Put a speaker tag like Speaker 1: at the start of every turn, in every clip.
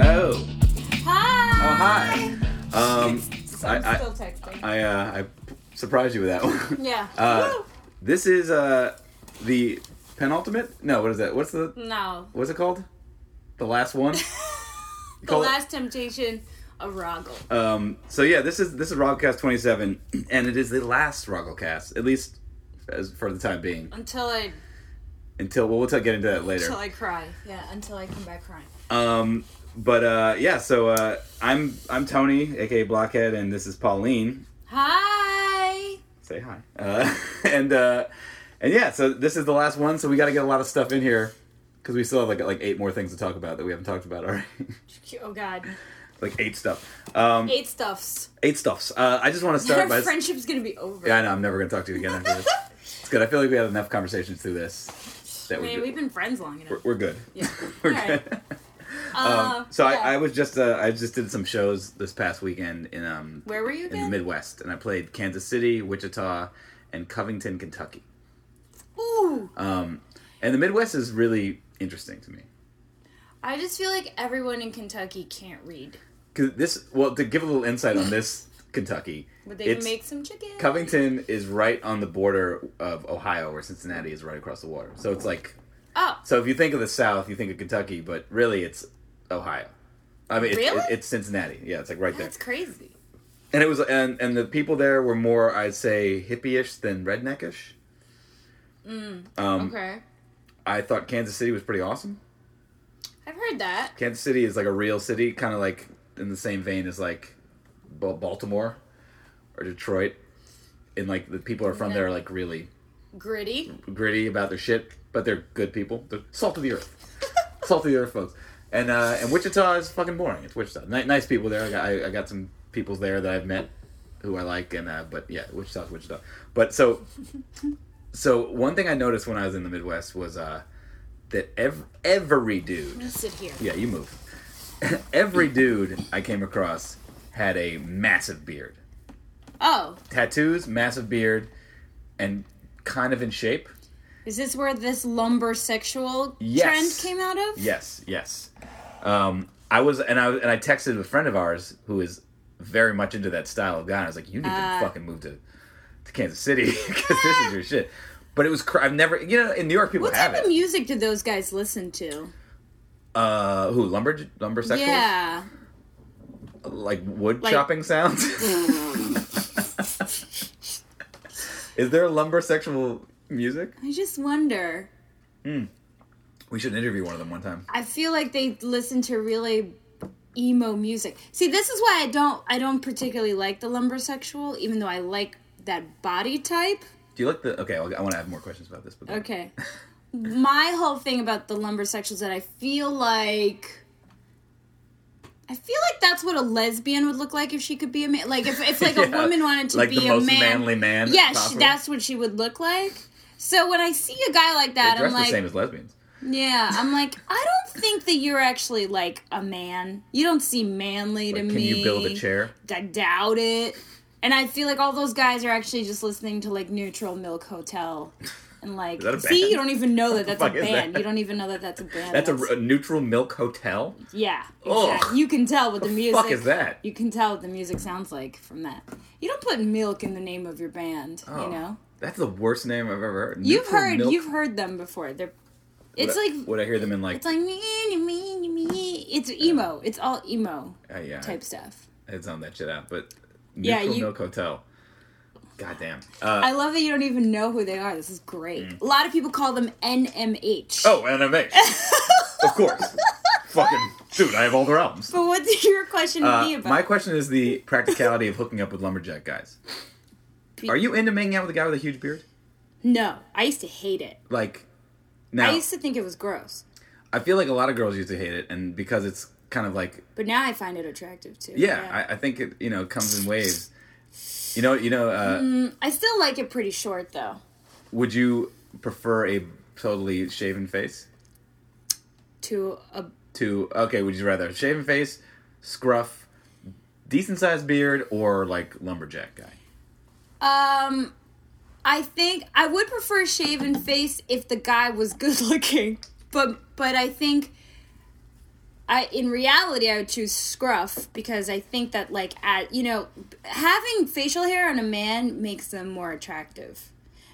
Speaker 1: Oh.
Speaker 2: Oh,
Speaker 1: Um, I p- surprised you with that one.
Speaker 2: Yeah.
Speaker 1: Uh, this is uh the penultimate. No, what is that? What's the
Speaker 2: no.
Speaker 1: what's it called? The last one.
Speaker 2: The
Speaker 1: Call it-
Speaker 2: Last Temptation of Roggle.
Speaker 1: Um, so yeah, this is this is Rogglecast 27, and it is the last Rogglecast, at least as for the time being.
Speaker 2: Until I
Speaker 1: Until well, we'll t- get into that later.
Speaker 2: until I cry. Yeah, until I come back crying.
Speaker 1: Um, but uh, yeah, so uh, I'm I'm Tony, aka Blockhead, and this is Pauline.
Speaker 2: Hi.
Speaker 1: Say hi. Uh, and uh, and yeah, so this is the last one, so we got to get a lot of stuff in here because we still have like like eight more things to talk about that we haven't talked about already,
Speaker 2: Oh God.
Speaker 1: like eight stuff. Um,
Speaker 2: Eight stuffs.
Speaker 1: eight stuffs. Uh, I just want to
Speaker 2: Our
Speaker 1: start by.
Speaker 2: friendship's gonna be over.
Speaker 1: Yeah, I know. I'm never gonna talk to you again after this. It's good. I feel like we had enough conversations through this. That
Speaker 2: I
Speaker 1: we
Speaker 2: mean, we've been friends long enough.
Speaker 1: we're, we're good.
Speaker 2: Yeah.
Speaker 1: we're
Speaker 2: All
Speaker 1: good.
Speaker 2: right. Uh,
Speaker 1: Um, so
Speaker 2: yeah.
Speaker 1: I, I was just uh, I just did some shows this past weekend in um
Speaker 2: Where were you
Speaker 1: in the
Speaker 2: again?
Speaker 1: Midwest, and I played Kansas City, Wichita, and Covington, Kentucky.
Speaker 2: Ooh.
Speaker 1: Um, and the Midwest is really interesting to me
Speaker 2: I just feel like everyone in Kentucky can't read.
Speaker 1: because this. Well, to give a little insight on this Kentucky,
Speaker 2: Would they
Speaker 1: it's-
Speaker 2: make some chicken?
Speaker 1: Covington is right on the border of Ohio, where Cincinnati is right across the water. So it's like
Speaker 2: Oh,
Speaker 1: So if you think of the South, you think of Kentucky, but really it's Ohio. I mean, it's,
Speaker 2: Really?
Speaker 1: it's Cincinnati. Yeah, it's like right there.
Speaker 2: that's crazy.
Speaker 1: And it was, and and the people there were more, I'd say, hippie-ish than redneckish.
Speaker 2: Mm.
Speaker 1: Um,
Speaker 2: Okay.
Speaker 1: I thought Kansas City was pretty awesome.
Speaker 2: I've heard that.
Speaker 1: Kansas City is like a real city, kind of like in the same vein as like Ba- Baltimore or Detroit. And like the people are from there, are like really
Speaker 2: Gritty.
Speaker 1: gritty about their shit, but they're good people. They're salt of the earth, salt of the earth folks. And uh, and Wichita is fucking boring. It's Wichita. Ni- nice people there. I got, I, I got some people there that I've met who I like, and uh, but yeah, Wichita's Wichita. But so so one thing I noticed when I was in the Midwest was uh, that ev- every dude,
Speaker 2: Let me sit here.
Speaker 1: yeah, you move. every dude I came across had a massive beard,
Speaker 2: Oh,
Speaker 1: tattoos, massive beard, and kind of in shape.
Speaker 2: is this where this lumber sexual
Speaker 1: Yes.
Speaker 2: trend came out of?
Speaker 1: Yes, yes. Um, I was, and I and I texted a friend of ours who is very much into that style of guy. And I was like, you need
Speaker 2: Uh.
Speaker 1: to fucking move to, to Kansas City because this is your shit. But it was, cr- I've never, you know, in New York people
Speaker 2: What
Speaker 1: have
Speaker 2: type
Speaker 1: it.
Speaker 2: of music did those guys listen to?
Speaker 1: uh, who lumber lumber sexuals?
Speaker 2: Yeah.
Speaker 1: like wood
Speaker 2: Like-
Speaker 1: chopping sounds. is there lumber sexual music?
Speaker 2: I just wonder.
Speaker 1: We should interview one of them one time.
Speaker 2: I feel like they listen to really emo music. See, this is why I don't I don't particularly like the lumber sexual, even though I like that body type.
Speaker 1: Do you like the? Okay, I'll, I want to have more questions about this. But
Speaker 2: Okay. My whole thing about the lumber sexual is that I feel like I feel like that's what a lesbian would look like if she could be a man. Like if, if like a
Speaker 1: Yeah,
Speaker 2: woman wanted to
Speaker 1: like
Speaker 2: be
Speaker 1: the
Speaker 2: a
Speaker 1: most
Speaker 2: man.
Speaker 1: manly man
Speaker 2: Yeah, she,
Speaker 1: possible.
Speaker 2: that's what she would look like. So when I see a guy like
Speaker 1: they
Speaker 2: that,
Speaker 1: dress
Speaker 2: I'm
Speaker 1: the
Speaker 2: like,
Speaker 1: same as lesbians.
Speaker 2: yeah, I'm like, I don't think that you're actually like a man. You don't seem manly to
Speaker 1: Like,
Speaker 2: me.
Speaker 1: can you build a chair?
Speaker 2: I doubt it. And I feel like all those guys are actually just listening to like Neutral Milk Hotel. And like,
Speaker 1: that a
Speaker 2: see,
Speaker 1: band?
Speaker 2: you don't even know that that's a
Speaker 1: fuck is
Speaker 2: band.
Speaker 1: that?
Speaker 2: You don't even know that that's a band.
Speaker 1: That's a, a neutral milk hotel.
Speaker 2: yeah.
Speaker 1: Ugh.
Speaker 2: exact- You can tell what the music.
Speaker 1: fuck is that?
Speaker 2: You can tell what the music sounds like from that. You don't put milk in the name of your band.
Speaker 1: Oh,
Speaker 2: You know,
Speaker 1: that's the worst name I've ever heard.
Speaker 2: you've
Speaker 1: Neutral
Speaker 2: heard
Speaker 1: milk-
Speaker 2: you've heard them before. They're.
Speaker 1: Would
Speaker 2: It's
Speaker 1: I-
Speaker 2: like
Speaker 1: would I hear them in like?
Speaker 2: it's like me, me, me, me. It's emo. It's all emo
Speaker 1: uh, yeah,
Speaker 2: type stuff.
Speaker 1: I'd zone that shit out. But
Speaker 2: Yeah,
Speaker 1: neutral
Speaker 2: you-
Speaker 1: milk hotel. Goddamn. Uh,
Speaker 2: I love that you don't even know who they are. This is great. A lot of people call them NMH.
Speaker 1: Mm. oh, NMH. of course. Fucking dude, I have all their albums.
Speaker 2: But what's your question to me
Speaker 1: Uh,
Speaker 2: about?
Speaker 1: my question is the practicality of hooking up with lumberjack guys. Are you into making out with a guy with a huge beard?
Speaker 2: No, I used to hate it.
Speaker 1: Like, now
Speaker 2: I used to think it was gross,
Speaker 1: I feel like a lot of girls used to hate it, and because it's kind of like
Speaker 2: but now I find it attractive too.
Speaker 1: Yeah, I, I think it you know comes in waves. You know, you know. Uh,
Speaker 2: I, still like it pretty short though.
Speaker 1: Would you prefer a totally shaven face
Speaker 2: To a
Speaker 1: to okay? Would you rather a shaven face, scruff, decent sized beard, or like lumberjack guy?
Speaker 2: um, I think I would prefer shaven face if the guy was good looking, but but I think I in reality I would choose scruff because I think that like at you know having facial hair on a man makes them more attractive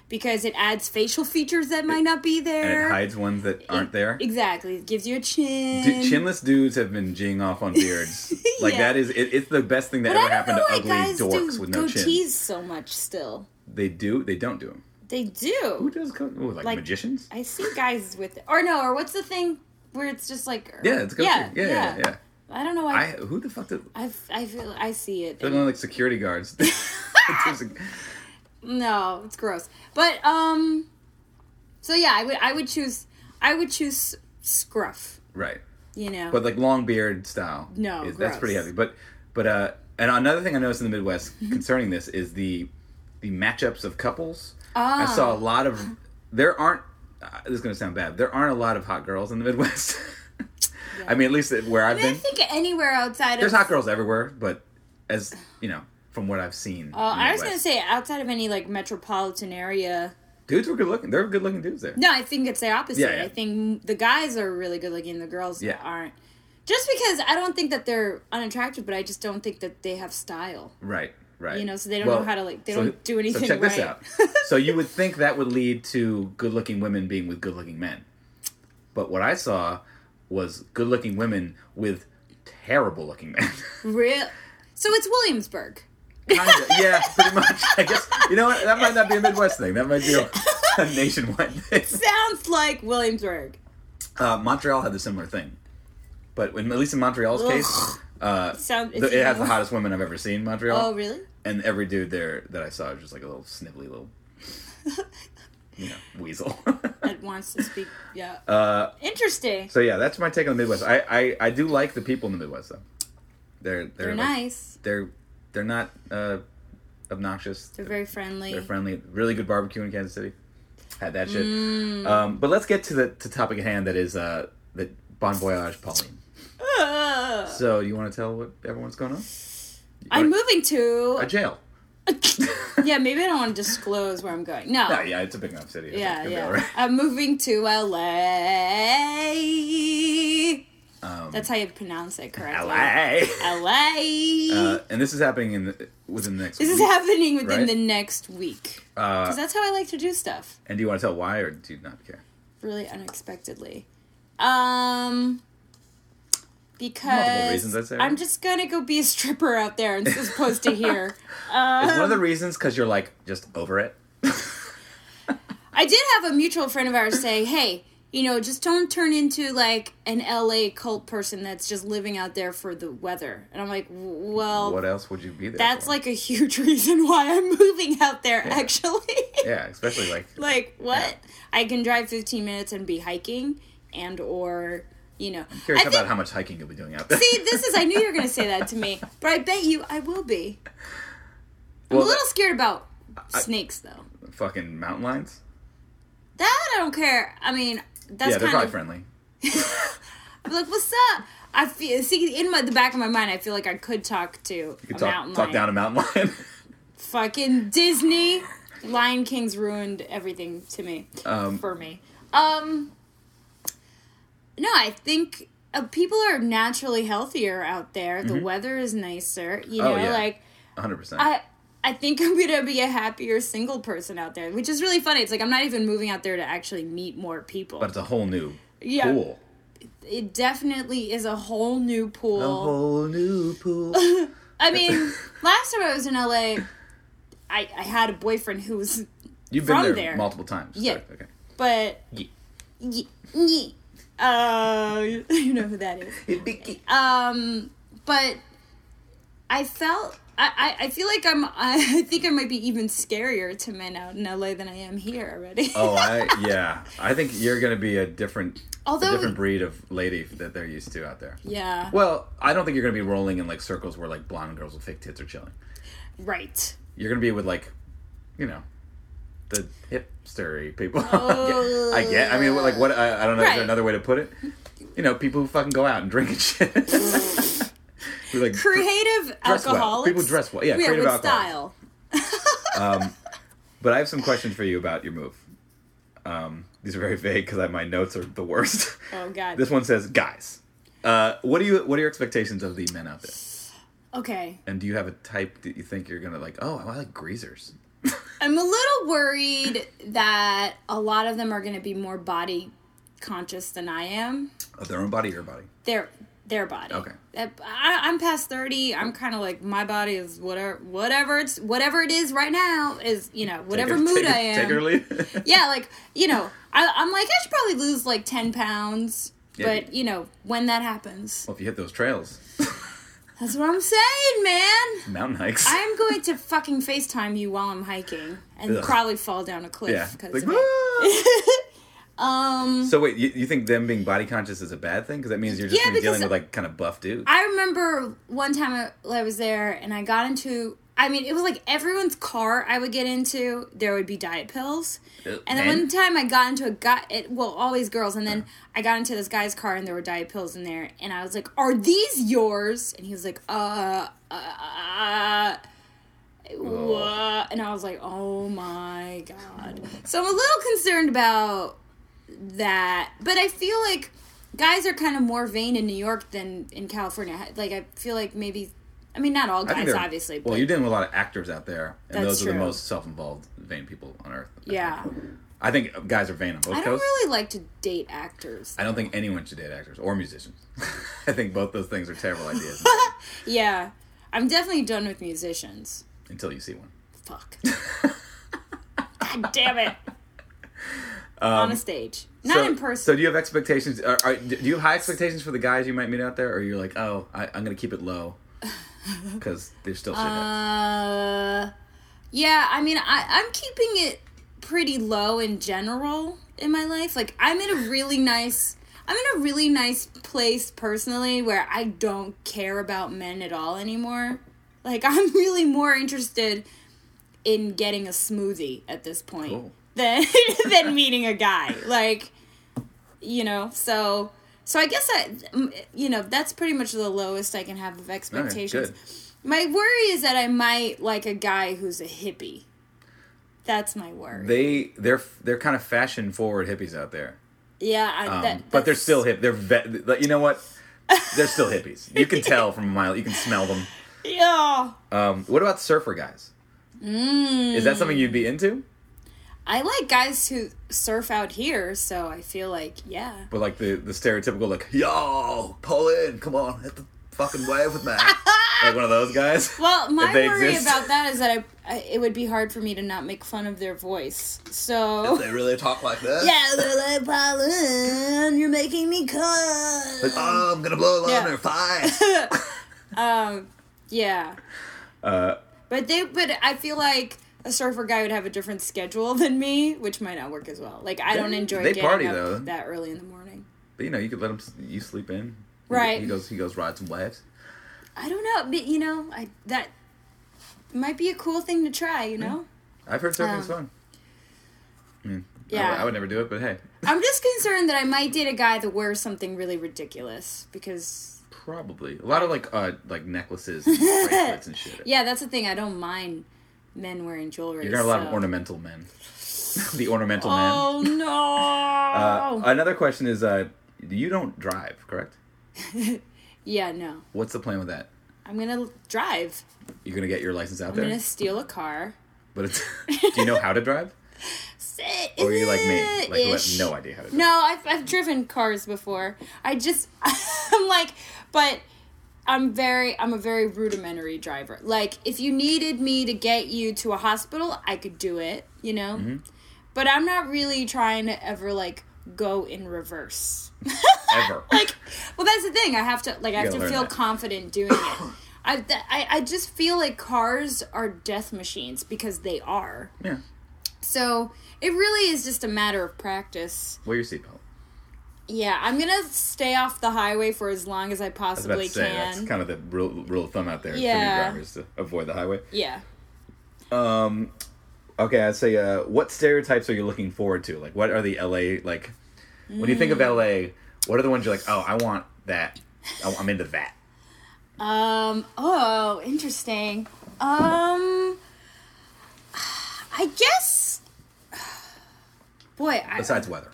Speaker 2: because it adds facial features that might not be
Speaker 1: and
Speaker 2: there.
Speaker 1: it hides ones that aren't there.
Speaker 2: Exactly, it gives you a chin.
Speaker 1: Du- chinless dudes have been jing off on beards. Like
Speaker 2: Yeah.
Speaker 1: that is it, it's the best thing that
Speaker 2: but I
Speaker 1: ever
Speaker 2: don't
Speaker 1: happened
Speaker 2: know
Speaker 1: to
Speaker 2: why
Speaker 1: ugly
Speaker 2: guys
Speaker 1: dorks
Speaker 2: do
Speaker 1: with no
Speaker 2: goatees
Speaker 1: chin.
Speaker 2: so much still.
Speaker 1: They do. They don't do them.
Speaker 2: They do.
Speaker 1: Who does go? Ooh, like,
Speaker 2: Like-
Speaker 1: magicians?
Speaker 2: I see guys with or no or what's the thing where it's just like
Speaker 1: Yeah, it's a goatee. Yeah, yeah, yeah. yeah.
Speaker 2: I don't know why.
Speaker 1: I who the fuck did?
Speaker 2: I, I feel I see it.
Speaker 1: They're like security guards. There's a-
Speaker 2: No, it's gross. But um, so yeah, I would I would choose I would choose scruff.
Speaker 1: right,
Speaker 2: You know,
Speaker 1: but like long beard style.
Speaker 2: No,
Speaker 1: is, that's pretty
Speaker 2: gross.
Speaker 1: heavy. But but uh, and another thing I noticed in the Midwest concerning this is the the matchups of couples. I
Speaker 2: Ah.
Speaker 1: saw a lot of there aren't. Uh, this is gonna sound bad. There aren't a lot of hot girls in the Midwest. I mean, at least where I've
Speaker 2: I, mean, I
Speaker 1: been.
Speaker 2: think anywhere outside
Speaker 1: There's
Speaker 2: of
Speaker 1: hot girls everywhere, but as you know, from what I've seen,
Speaker 2: uh, I was gonna say outside of any like metropolitan area.
Speaker 1: dudes were good looking. They're good looking dudes there.
Speaker 2: No, I think it's the opposite.
Speaker 1: Yeah, yeah.
Speaker 2: I think the guys are really good looking, the girls
Speaker 1: Yeah.
Speaker 2: aren't. Just because I don't think that they're unattractive, but I just don't think that they have style.
Speaker 1: Right, right.
Speaker 2: You know, so they don't know how to, like, they don't do
Speaker 1: So
Speaker 2: anything
Speaker 1: check this
Speaker 2: right.
Speaker 1: out. so you would think that would lead to good-looking women being with good-looking men, but what I saw was good-looking women with terrible-looking men.
Speaker 2: Real. So it's Williamsburg.
Speaker 1: Kinda. yeah, pretty much. I guess you know what? That might not be a Midwest thing. That might be a, a nationwide thing.
Speaker 2: Sounds like Williamsburg.
Speaker 1: Uh, Montreal had a similar thing, but in, at least in Montreal's
Speaker 2: Ugh.
Speaker 1: case, uh,
Speaker 2: Sound.
Speaker 1: the, it has the hottest women I've ever seen. in Montreal.
Speaker 2: Oh really?
Speaker 1: and every dude there that I saw was just like a little snivelly little, you know, weasel.
Speaker 2: That wants to speak. Yeah.
Speaker 1: uh,
Speaker 2: Interesting.
Speaker 1: so yeah, that's my take on the Midwest. I, I, I do like the people in the Midwest though. They're they're,
Speaker 2: They're
Speaker 1: like-
Speaker 2: nice.
Speaker 1: They're they're not uh, obnoxious.
Speaker 2: They're very friendly.
Speaker 1: They're friendly. Really good barbecue in Kansas City. Had that shit.
Speaker 2: Mm.
Speaker 1: Um, but let's get to the to topic at hand. That is uh, the Bon Voyage, Pauline.
Speaker 2: Ugh.
Speaker 1: Uh, So you want to tell what everyone's going on?
Speaker 2: Uh, I'm moving to.
Speaker 1: A jail.
Speaker 2: yeah, maybe I don't want to disclose where I'm going. No.
Speaker 1: Oh, yeah, it's a big enough city. It's
Speaker 2: yeah,
Speaker 1: gonna be
Speaker 2: yeah.
Speaker 1: all right.
Speaker 2: I'm moving to LA.
Speaker 1: Um,
Speaker 2: That's how you pronounce it correctly.
Speaker 1: LA.
Speaker 2: LA.
Speaker 1: Uh, and this is happening in the, within the next.
Speaker 2: this is
Speaker 1: week.
Speaker 2: happening within
Speaker 1: right?
Speaker 2: the next week.
Speaker 1: Uh,
Speaker 2: Because that's how I like to do stuff.
Speaker 1: and do you want to tell why, or do you not care?
Speaker 2: Really unexpectedly. Um.
Speaker 1: Multiple
Speaker 2: Because
Speaker 1: reasons, I'd say,
Speaker 2: I'm
Speaker 1: right?
Speaker 2: just gonna go be a stripper out there and supposed to here. Um,
Speaker 1: It's one of the reasons because you're like just over it.
Speaker 2: I did have a mutual friend of ours say, "Hey, you know, just don't turn into like an LA cult person that's just living out there for the weather." And I'm like, "Well,
Speaker 1: What else would you be there?
Speaker 2: that's
Speaker 1: for?
Speaker 2: like a huge reason why I'm moving out there actually."
Speaker 1: yeah, especially like
Speaker 2: like, what? I can drive 15 minutes and be hiking and or, you know.
Speaker 1: curious
Speaker 2: I
Speaker 1: about
Speaker 2: think-
Speaker 1: how much hiking you'll be doing out there.
Speaker 2: See, this is I knew you were going to say that to me, but I bet you I will be. I'm
Speaker 1: Well,
Speaker 2: a little scared about snakes though.
Speaker 1: fucking mountain lions.
Speaker 2: That I don't care. I mean, that's
Speaker 1: yeah, they're probably
Speaker 2: kind of
Speaker 1: friendly.
Speaker 2: I'm like, what's up? I feel see in my the back of my mind. I feel like I could talk to
Speaker 1: You
Speaker 2: a
Speaker 1: could talk,
Speaker 2: mountain
Speaker 1: talk
Speaker 2: lion.
Speaker 1: down a mountain lion.
Speaker 2: Fucking Disney, Lion King's ruined everything to me
Speaker 1: Um,
Speaker 2: for me. Um, no, I think uh, people are naturally healthier out there. The weather is nicer. You know,
Speaker 1: Mm-hmm. Oh, yeah.
Speaker 2: like
Speaker 1: 100. percent
Speaker 2: I. I think I'm gonna be a happier single person out there, which is really funny. It's like I'm not even moving out there to actually meet more people.
Speaker 1: But it's a whole new
Speaker 2: Yeah.
Speaker 1: pool.
Speaker 2: it definitely is a whole new pool.
Speaker 1: A whole new pool.
Speaker 2: I mean, last time I was in LA, I, I had a boyfriend who was,
Speaker 1: You've been
Speaker 2: From
Speaker 1: there,
Speaker 2: there.
Speaker 1: multiple times.
Speaker 2: Yeah.
Speaker 1: correct? Okay.
Speaker 2: but ye, ye, uh, you know who that is. Um, but I felt I, I, I feel like I'm I think I might be even scarier to men out in LA than I am here already.
Speaker 1: Oh, I yeah. I think you're gonna be a different,
Speaker 2: Although-
Speaker 1: a different breed of lady that they're used to out there.
Speaker 2: yeah,
Speaker 1: Well, I don't think you're gonna be rolling in like circles where like blonde girls with fake tits are chilling.
Speaker 2: right.
Speaker 1: You're gonna be with like, you know, the hipstery people.
Speaker 2: Oh.
Speaker 1: I get. I mean, what- like, what? I, I don't know. Is
Speaker 2: Right.
Speaker 1: there another way to put it? You know, people who fucking go out and drink and shit. Who, like,
Speaker 2: Creative
Speaker 1: dress well.
Speaker 2: alcoholics. Oh,
Speaker 1: People dress well. Yeah, creative
Speaker 2: with
Speaker 1: alcoholics.
Speaker 2: style.
Speaker 1: but I have some questions for you about your move. Um, these are very vague because my notes are the worst.
Speaker 2: Oh god.
Speaker 1: This one says, guys. Uh, what do you What are your expectations of the men out there?
Speaker 2: Okay.
Speaker 1: And do you have a type that you think you're gonna like? Oh, I like greasers.
Speaker 2: I'm a little worried that a lot of them are going to be more body conscious than I am.
Speaker 1: Of their own body, your body.
Speaker 2: Their their body. Uh,
Speaker 1: Okay.
Speaker 2: I, I'm past thirty. I'm kind of like my body is whatever whatever it's whatever it is right now is you know
Speaker 1: Take
Speaker 2: whatever
Speaker 1: her-
Speaker 2: mood
Speaker 1: take her-
Speaker 2: I am.
Speaker 1: Take her leave.
Speaker 2: yeah, like you know, I, I'm like I should probably lose like ten pounds,
Speaker 1: Yeah.
Speaker 2: but you know when that happens,
Speaker 1: Well, if you hit those trails,
Speaker 2: that's what I'm saying, man.
Speaker 1: mountain hikes.
Speaker 2: I'm going to fucking Facetime you while I'm hiking and
Speaker 1: Ugh.
Speaker 2: probably fall down a cliff.
Speaker 1: yeah.
Speaker 2: 'cause
Speaker 1: Like,
Speaker 2: of it.
Speaker 1: um. So wait, you, you think them being body conscious is a bad thing? Because that means you're just
Speaker 2: Yeah,
Speaker 1: gonna be dealing
Speaker 2: because-
Speaker 1: with like kind of buff dudes.
Speaker 2: I remember one time I, I was there and I got into. I mean, it was like everyone's car I would get into, there would be diet pills.
Speaker 1: Ugh,
Speaker 2: And then
Speaker 1: men?
Speaker 2: one time I got into a guy, it, well, always girls. And then I got into this guy's car and there were diet pills in there. And I was like, Are these yours? And he was like, Uh, uh,
Speaker 1: Oh.
Speaker 2: what? And I was like, Oh my God. So I'm a little concerned about that. But I feel like guys are kind of more vain in New York than in California. Like, I feel like maybe, I mean, not all
Speaker 1: I think
Speaker 2: guys,
Speaker 1: they're-
Speaker 2: obviously. But
Speaker 1: Well, you're dealing with a lot of actors out there, and
Speaker 2: That's
Speaker 1: those are the
Speaker 2: true.
Speaker 1: most self-involved, vain people on earth. I think.
Speaker 2: yeah.
Speaker 1: I think guys are vain on both
Speaker 2: I don't
Speaker 1: coasts.
Speaker 2: really like to date actors.
Speaker 1: I don't think anyone should date actors or musicians. I think both those things are terrible ideas
Speaker 2: Yeah. I'm definitely done with musicians.
Speaker 1: until you see one.
Speaker 2: Fuck. God damn it. On a stage. Not
Speaker 1: so,
Speaker 2: in person.
Speaker 1: So do you have expectations? Are, are, do you have high expectations for the guys you might meet out there, or you're like, oh, I, I'm gonna keep it low because there's still shit. happening?
Speaker 2: Uh, yeah, I mean, I, I'm keeping it pretty low in general in my life. Like, I'm in a really nice, I'm in a really nice place personally where I don't care about men at all anymore. Like, I'm really more interested in getting a smoothie at this point
Speaker 1: Cool.
Speaker 2: than than meeting a guy. Like, you know, so. So I guess I, you know, that's pretty much the lowest I can have of
Speaker 1: All right,
Speaker 2: expectations. My worry is that I might like a guy who's a hippie. That's my worry.
Speaker 1: They they're they're kind of fashion forward hippies out there,
Speaker 2: yeah, I,
Speaker 1: um,
Speaker 2: that,
Speaker 1: but they're
Speaker 2: that's-
Speaker 1: still hip. They're vet, like, you know what? They're still hippies. You can tell from a mile. You can smell them.
Speaker 2: Yeah,
Speaker 1: Um, what about surfer guys?
Speaker 2: Mm.
Speaker 1: Is that something you'd be into?
Speaker 2: I like guys who surf out here, so I feel like yeah.
Speaker 1: But like the the stereotypical like, yo, pull in, come on, hit the fucking wave with me. like one of those guys.
Speaker 2: Well, my
Speaker 1: they
Speaker 2: worry
Speaker 1: exist.
Speaker 2: about that is that I, I it would be hard for me to not make fun of their voice. So
Speaker 1: they really talk like that.
Speaker 2: yeah, they're like Pauline, you're making me
Speaker 1: Like,
Speaker 2: cut.
Speaker 1: oh, I'm gonna blow a line
Speaker 2: Yeah.
Speaker 1: or fine.
Speaker 2: Um, yeah.
Speaker 1: uh,
Speaker 2: But they, but I feel like a surfer guy would have a different schedule than me, which might not work as well. Like I don't
Speaker 1: They-
Speaker 2: enjoy
Speaker 1: they
Speaker 2: getting
Speaker 1: party,
Speaker 2: up
Speaker 1: though.
Speaker 2: that early in the morning.
Speaker 1: but you know, you could let him s- you sleep in. He-
Speaker 2: Right.
Speaker 1: He goes. He goes ride some waves.
Speaker 2: I don't know, but you know, I that might be a cool thing to try. You know,
Speaker 1: I've heard surfing's
Speaker 2: Um,
Speaker 1: fun. I mean, I would- I
Speaker 2: yeah.
Speaker 1: would, never do it, but hey,
Speaker 2: I'm just concerned that I might date a guy that wears something really ridiculous because
Speaker 1: probably a lot of like uh like necklaces and bracelets and shit.
Speaker 2: yeah, that's the thing. I don't mind men wearing jewelry.
Speaker 1: You're gonna have a lot
Speaker 2: so-
Speaker 1: of ornamental men. the ornamental man.
Speaker 2: Oh no!
Speaker 1: Uh, another question is uh, you don't drive, correct?
Speaker 2: yeah, no.
Speaker 1: What's the plan with that?
Speaker 2: I'm gonna drive.
Speaker 1: You're gonna get your license out
Speaker 2: I'm
Speaker 1: there,
Speaker 2: gonna steal a car.
Speaker 1: but it's, do you know how to drive, or are you like me, like who has no idea how to? Drive?
Speaker 2: No, I've, I've driven cars before. I just, I'm like, but I'm very, I'm a very rudimentary driver. Like, if you needed me to get you to a hospital, I could do it, you know?
Speaker 1: Mm-hmm.
Speaker 2: But I'm not really trying to ever, like, go in reverse.
Speaker 1: ever.
Speaker 2: like, well, that's the thing. I have to, like, I have
Speaker 1: gotta
Speaker 2: to
Speaker 1: learn
Speaker 2: feel
Speaker 1: that.
Speaker 2: confident doing it. I, th- I, I just feel like cars are death machines because they are.
Speaker 1: yeah,
Speaker 2: So it really is just a matter of practice.
Speaker 1: wear your seatbelt.
Speaker 2: Yeah, I'm gonna stay off the highway for as long as I
Speaker 1: I was about
Speaker 2: possibly
Speaker 1: to say
Speaker 2: can.
Speaker 1: that's kind of the rule, rule of thumb out there
Speaker 2: Yeah.
Speaker 1: for new drivers to avoid the highway.
Speaker 2: yeah.
Speaker 1: Um, okay, I'd say uh, what stereotypes are you looking forward to? Like, what are the LA like? When you think of LA, what are the ones you're like, oh, I want that. I- I'm into that.
Speaker 2: Um. Oh, interesting. Um. I guess. Boy, I
Speaker 1: Besides weather,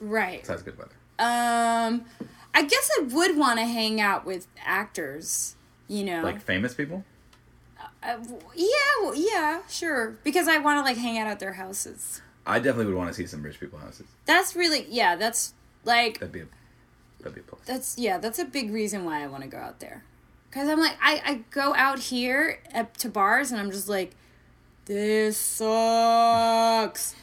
Speaker 2: right.
Speaker 1: besides good weather.
Speaker 2: Um. I guess I would want to hang out with actors, you know.
Speaker 1: Like famous people?
Speaker 2: Uh, w- yeah, well, yeah, sure. Because I want to like hang out at their houses.
Speaker 1: I definitely would want to see some rich people houses.
Speaker 2: That's really yeah. That's like
Speaker 1: That'd be a that'd be a plus.
Speaker 2: that's yeah. That's a big reason why I want to go out there. Cause I'm like I I go out here at, to bars and I'm just like, this sucks.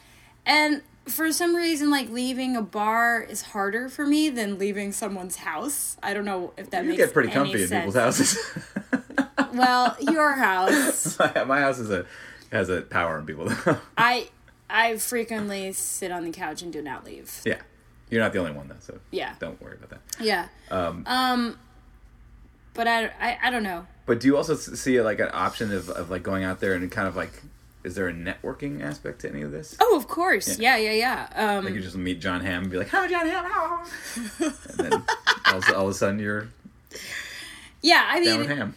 Speaker 2: And for some reason, like leaving a bar is harder for me than leaving someone's house. I don't know if that
Speaker 1: You
Speaker 2: makes
Speaker 1: get pretty
Speaker 2: any
Speaker 1: comfy in
Speaker 2: sense.
Speaker 1: people's houses.
Speaker 2: Well, your house.
Speaker 1: my, my house is a has a power in people.
Speaker 2: I I frequently sit on the couch and do not leave.
Speaker 1: yeah. You're not the only one though, so
Speaker 2: Yeah.
Speaker 1: don't worry about that.
Speaker 2: Yeah.
Speaker 1: Um,
Speaker 2: But I, I, I don't know.
Speaker 1: But do you also s- see like an option of, of like going out there and kind of like, is there a networking aspect to any of this?
Speaker 2: Oh, of course. Yeah, yeah, yeah. Um,
Speaker 1: Like you just meet John Hamm and be like, "Hi, John Hamm," ah." and then all, all of a sudden you're
Speaker 2: yeah, I
Speaker 1: down with
Speaker 2: mean,
Speaker 1: Ham.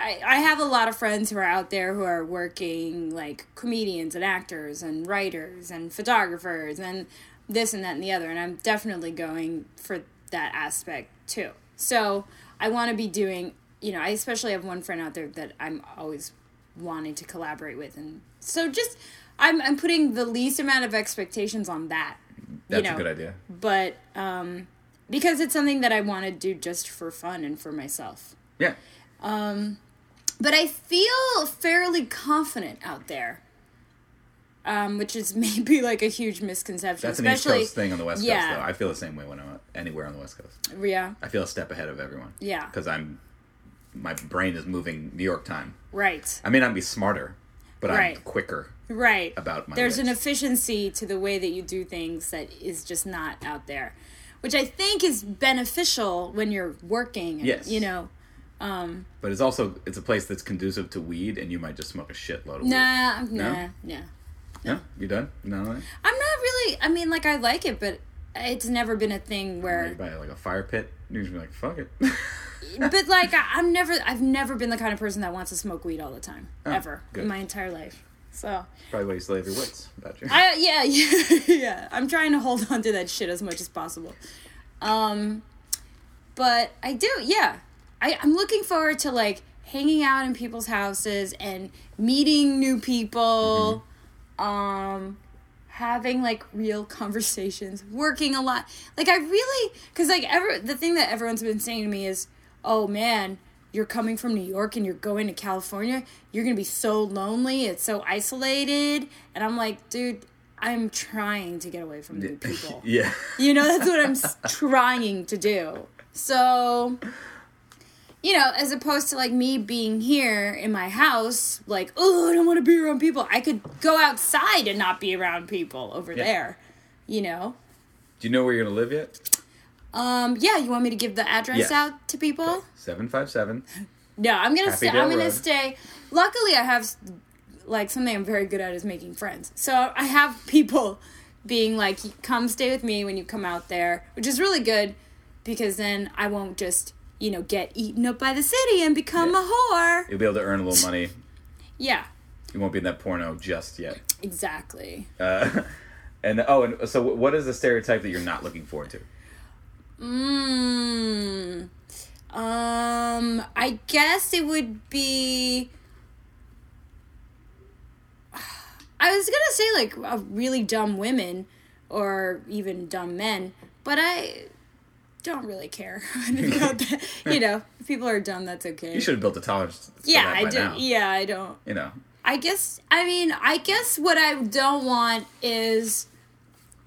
Speaker 2: I, I have a lot of friends who are out there who are working like comedians and actors and writers and photographers and this and that and the other. And I'm definitely going for that aspect too. So I want to be doing, you know, I especially have one friend out there that I'm always wanting to collaborate with. And so just, I'm, I'm putting the least amount of expectations on that.
Speaker 1: That's
Speaker 2: you know,
Speaker 1: a good idea.
Speaker 2: but um, because it's something that I want to do just for fun and for myself.
Speaker 1: Yeah,
Speaker 2: But I feel fairly confident out there, um, which is maybe like a huge misconception.
Speaker 1: that's an East
Speaker 2: especially,
Speaker 1: Coast thing on the West
Speaker 2: yeah.
Speaker 1: Coast. though. I feel the same way when I'm out- anywhere on the West Coast.
Speaker 2: Yeah,
Speaker 1: I feel a step ahead of everyone.
Speaker 2: Yeah.
Speaker 1: because I'm my brain is moving New York time.
Speaker 2: right,
Speaker 1: I may not be smarter, but I'm
Speaker 2: Right.
Speaker 1: quicker.
Speaker 2: right.
Speaker 1: About my
Speaker 2: there's an
Speaker 1: ways.
Speaker 2: efficiency to the way that you do things that is just not out there, which I think is beneficial when you're working. And,
Speaker 1: Yes.
Speaker 2: you know.
Speaker 1: But it's also it's a place that's conducive to weed, and you might just smoke a shitload of weed.
Speaker 2: Nah, nah,
Speaker 1: No?
Speaker 2: nah.
Speaker 1: No, you done? No, no, no?
Speaker 2: I'm not really. I mean, like I like it, but it's never been a thing where
Speaker 1: You buy like a fire pit. You're just be like, fuck it.
Speaker 2: but like I, I'm never I've never been the kind of person that wants to smoke weed all the time ever
Speaker 1: good.
Speaker 2: in my entire life. So
Speaker 1: Probably why you still have your wits about you.
Speaker 2: I yeah yeah yeah I'm trying to hold on to that shit as much as possible. Um, but I do yeah I I'm looking forward to like hanging out in people's houses and meeting new people. Um having like real conversations, working a lot. Like I really, because like ever the thing that everyone's been saying to me is, "Oh man, you're coming from New York and you're going to California. You're gonna be so lonely. It's so isolated." And I'm like, dude, I'm trying to get away from new people.
Speaker 1: yeah.
Speaker 2: You know, that's what I'm s- trying to do. So, you know, as opposed to like me being here in my house, like, oh, I don't want to be around people. I could go outside and not be around people over there, you know?
Speaker 1: Do you know where you're gonna live yet?
Speaker 2: Um, yeah, you want me to give the address
Speaker 1: Yes.
Speaker 2: out to people?
Speaker 1: Seven five seven.
Speaker 2: No, I'm gonna
Speaker 1: Happy
Speaker 2: stay. I'm
Speaker 1: Dale
Speaker 2: gonna
Speaker 1: Road.
Speaker 2: stay. Luckily, I have like something I'm very good at is making friends. So I have people being like, "Come stay with me when you come out there," which is really good because then I won't just you know get eaten up by the city and become
Speaker 1: Yeah.
Speaker 2: a whore.
Speaker 1: You'll be able to earn a little money.
Speaker 2: Yeah,
Speaker 1: You won't be in that porno just yet.
Speaker 2: exactly.
Speaker 1: Uh, and oh, and so what is the stereotype that you're not looking forward to?
Speaker 2: Mm. Um, I guess it would be. I was gonna say like uh, really dumb women, or even dumb men, but I don't really care about that. You know, if people are dumb. That's okay.
Speaker 1: You should have built a tolerance. for
Speaker 2: yeah,
Speaker 1: that
Speaker 2: I
Speaker 1: by
Speaker 2: do.
Speaker 1: now.
Speaker 2: Yeah, I don't.
Speaker 1: You know,
Speaker 2: I guess I mean I guess what I don't want is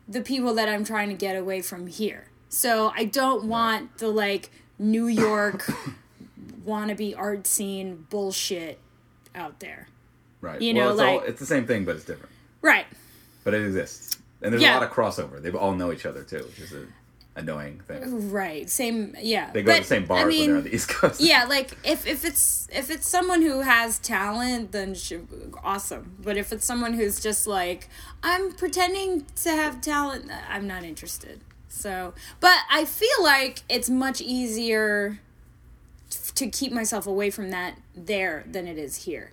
Speaker 2: the people that I'm trying to get away from here. So I don't want the like New York wannabe art scene bullshit out there.
Speaker 1: right?
Speaker 2: You
Speaker 1: well,
Speaker 2: know,
Speaker 1: it's all,
Speaker 2: like-
Speaker 1: it's the same thing, but it's different.
Speaker 2: Right.
Speaker 1: But it exists, and there's a
Speaker 2: Yeah.
Speaker 1: lot of crossover. They all know each other too, which is an annoying thing.
Speaker 2: Right. Same yeah.
Speaker 1: They go to the same bars when they're on the East Coast.
Speaker 2: yeah, like if, if it's if it's someone who has talent, then sh awesome. But if it's someone who's just like I'm pretending to have talent, uh, I'm not interested. So, but I feel like it's much easier t- to keep myself away from that there than it is here.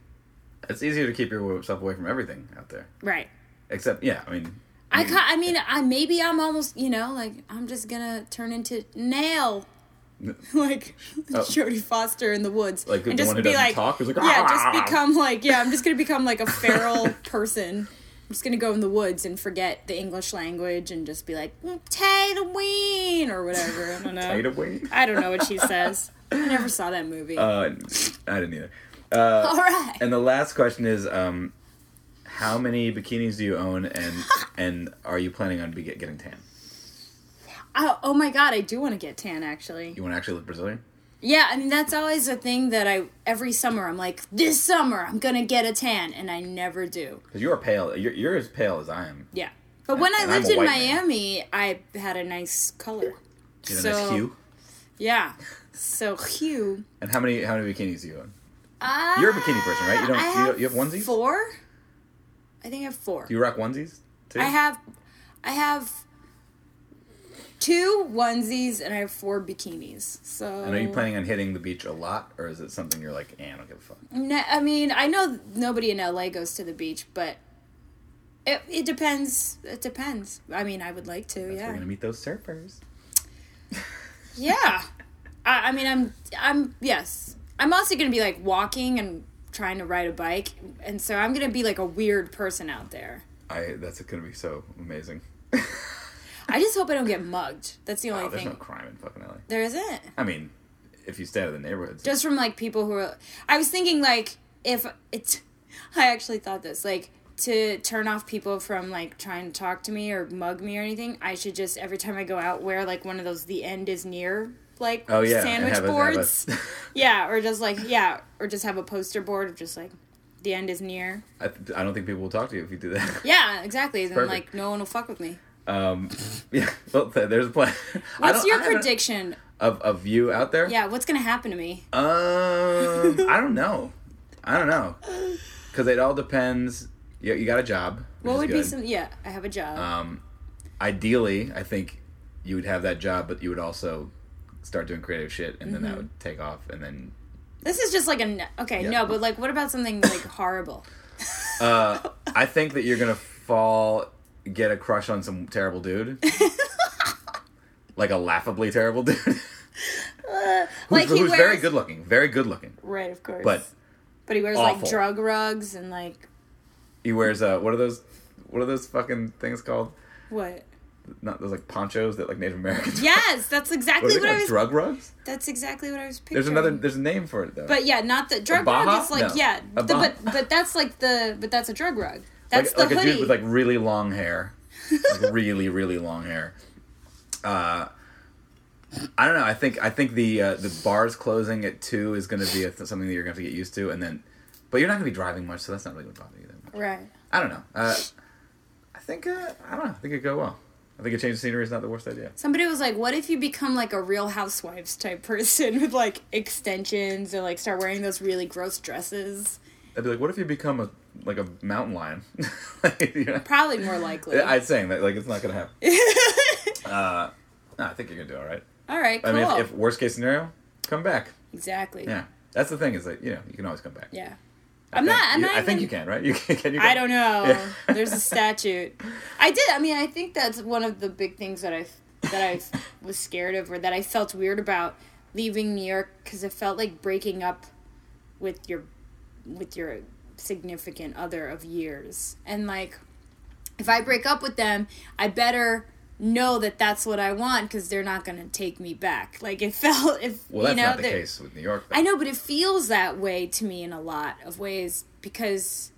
Speaker 1: It's easier to keep yourself away from everything out there,
Speaker 2: Right.
Speaker 1: except yeah. I mean,
Speaker 2: I ca- I mean, I maybe I'm almost, you know, like I'm just gonna turn into nail, like
Speaker 1: Oh.
Speaker 2: Jodie Foster in the woods,
Speaker 1: Like the
Speaker 2: and just
Speaker 1: one who
Speaker 2: be
Speaker 1: doesn't
Speaker 2: like,
Speaker 1: talk, who's like,
Speaker 2: yeah,
Speaker 1: "Ah!"
Speaker 2: just become like, yeah, I'm just gonna become like a feral person. I'm just gonna go in the woods and forget the English language and just be like "Mm, Tatooine or whatever. I don't know.
Speaker 1: Tatum
Speaker 2: I don't know what she says. I never saw that movie.
Speaker 1: Uh, I didn't either. Uh,
Speaker 2: All right.
Speaker 1: and the last question is, um, how many bikinis do you own, and and are you planning on be get, getting tan?
Speaker 2: Oh, oh my god, I do want to get tan actually.
Speaker 1: You want to actually look Brazilian?
Speaker 2: Yeah, I mean that's always a thing that I every summer I'm like, this summer I'm gonna get a tan, and I never do.
Speaker 1: Because you are pale. You're, you're as pale as I am.
Speaker 2: Yeah, but when I
Speaker 1: And I'm
Speaker 2: lived
Speaker 1: a
Speaker 2: in
Speaker 1: white man.
Speaker 2: Miami, I had a nice color.
Speaker 1: You know, that's hue.
Speaker 2: Yeah, so hue.
Speaker 1: And how many how many bikinis do you own?
Speaker 2: Uh,
Speaker 1: You're a bikini person, right? You don't-
Speaker 2: I
Speaker 1: you don't- you have onesies?
Speaker 2: Four. I think I have four.
Speaker 1: Do you rock onesies? Too?
Speaker 2: I have, I have two onesies and I have four bikinis. So
Speaker 1: And are you planning on hitting the beach a lot, or is it something you're like, eh, I don't give a fuck?
Speaker 2: No, I mean, I know nobody in LA goes to the beach, but it it depends. It depends. I mean, I would like to.
Speaker 1: We're
Speaker 2: yeah.
Speaker 1: gonna meet those surfers.
Speaker 2: Yeah. I, I mean, I'm I'm yes. I'm also gonna be like walking and trying to ride a bike, and so I'm gonna be like a weird person out there.
Speaker 1: I that's gonna be so amazing.
Speaker 2: I just hope I don't get mugged. That's the only
Speaker 1: Oh, there's
Speaker 2: thing.
Speaker 1: no crime in fucking LA.
Speaker 2: there isn't.
Speaker 1: I mean, if you stay out of the neighborhoods,
Speaker 2: just from like people who are i was thinking like if it's i actually thought this like to turn off people from like trying to talk to me or mug me or anything i should just every time i go out wear like one of those the end is near like
Speaker 1: oh yeah, and
Speaker 2: sandwich
Speaker 1: have a- have a-
Speaker 2: boards yeah or just like yeah or just have a poster board of just like the end is near
Speaker 1: I, th- I don't think people will talk to you if you do that.
Speaker 2: yeah exactly and
Speaker 1: Perfect.
Speaker 2: like no one will fuck with me
Speaker 1: Um, yeah, well, th- there's a plan. I
Speaker 2: what's
Speaker 1: don't-
Speaker 2: your
Speaker 1: I haven't-
Speaker 2: prediction
Speaker 1: of of you out there?
Speaker 2: yeah what's gonna happen to me
Speaker 1: Um, I don't know. I don't know because it all depends. You, you got a job. which
Speaker 2: what
Speaker 1: is
Speaker 2: would be
Speaker 1: good.
Speaker 2: some yeah i have a job
Speaker 1: Um, ideally, I think you would have that job, but you would also start doing creative shit, and
Speaker 2: Mm-hmm.
Speaker 1: then that would take off, and then
Speaker 2: this is just like a n- okay
Speaker 1: Yeah.
Speaker 2: no but like what about something like horrible
Speaker 1: Uh, I think that you're gonna fall, get a crush on some terrible dude, like a laughably terrible dude, who's,
Speaker 2: like he
Speaker 1: who's
Speaker 2: wears
Speaker 1: very good looking, very good looking,
Speaker 2: right of course
Speaker 1: but
Speaker 2: but he wears
Speaker 1: awful.
Speaker 2: like drug rugs and like
Speaker 1: he wears uh, what are those, what are those fucking things called?
Speaker 2: what
Speaker 1: Not those like ponchos that like Native Americans.
Speaker 2: yes that's
Speaker 1: What are
Speaker 2: exactly
Speaker 1: they
Speaker 2: what, i
Speaker 1: called?
Speaker 2: was
Speaker 1: Drug rugs?
Speaker 2: that's exactly what i was picturing
Speaker 1: There's another. There's a name for it though.
Speaker 2: but yeah not the drug
Speaker 1: Baja?
Speaker 2: rug is like
Speaker 1: No.
Speaker 2: yeah
Speaker 1: A
Speaker 2: the,
Speaker 1: Baja.
Speaker 2: but but that's like the but that's a drug rug that's
Speaker 1: like,
Speaker 2: the
Speaker 1: like a
Speaker 2: hoodie
Speaker 1: dude with like really long hair, like really really long hair. Uh, I don't know. I think I think the uh, the bars closing at two is going to be a th- something that you're going to have to get used to, and then, but you're not going to be driving much, so that's not really going to bother you that much.
Speaker 2: right
Speaker 1: I don't know. Uh, I think uh, I don't know. I think it go well. I think a change of scenery is not the worst idea.
Speaker 2: somebody was like what if you become like a real housewives type person with like extensions or like start wearing those really gross dresses
Speaker 1: I'd be like, what if you become a like a mountain lion? like, you know?
Speaker 2: probably more likely
Speaker 1: I'd saying that like it's not going to happen. uh, no, I think you're going to do all right.
Speaker 2: all right cool
Speaker 1: I mean, if, if worst case scenario, come back.
Speaker 2: exactly
Speaker 1: Yeah, that's the thing is that you know you can always come back.
Speaker 2: yeah i'm not i'm
Speaker 1: you,
Speaker 2: not
Speaker 1: I think
Speaker 2: even-
Speaker 1: you can, right? You can. can you
Speaker 2: I don't know.
Speaker 1: Yeah.
Speaker 2: There's a statute. I did. I mean, I think that's one of the big things that I that I was scared of, or that I felt weird about leaving New York because it felt like breaking up with your with your significant other of years, and like if I break up with them, I better know that that's what I want because they're not gonna take me back. Like it felt if
Speaker 1: Well, that's
Speaker 2: you know
Speaker 1: not the
Speaker 2: that-
Speaker 1: case with New York.
Speaker 2: I know, but it feels that way to me in a lot of ways because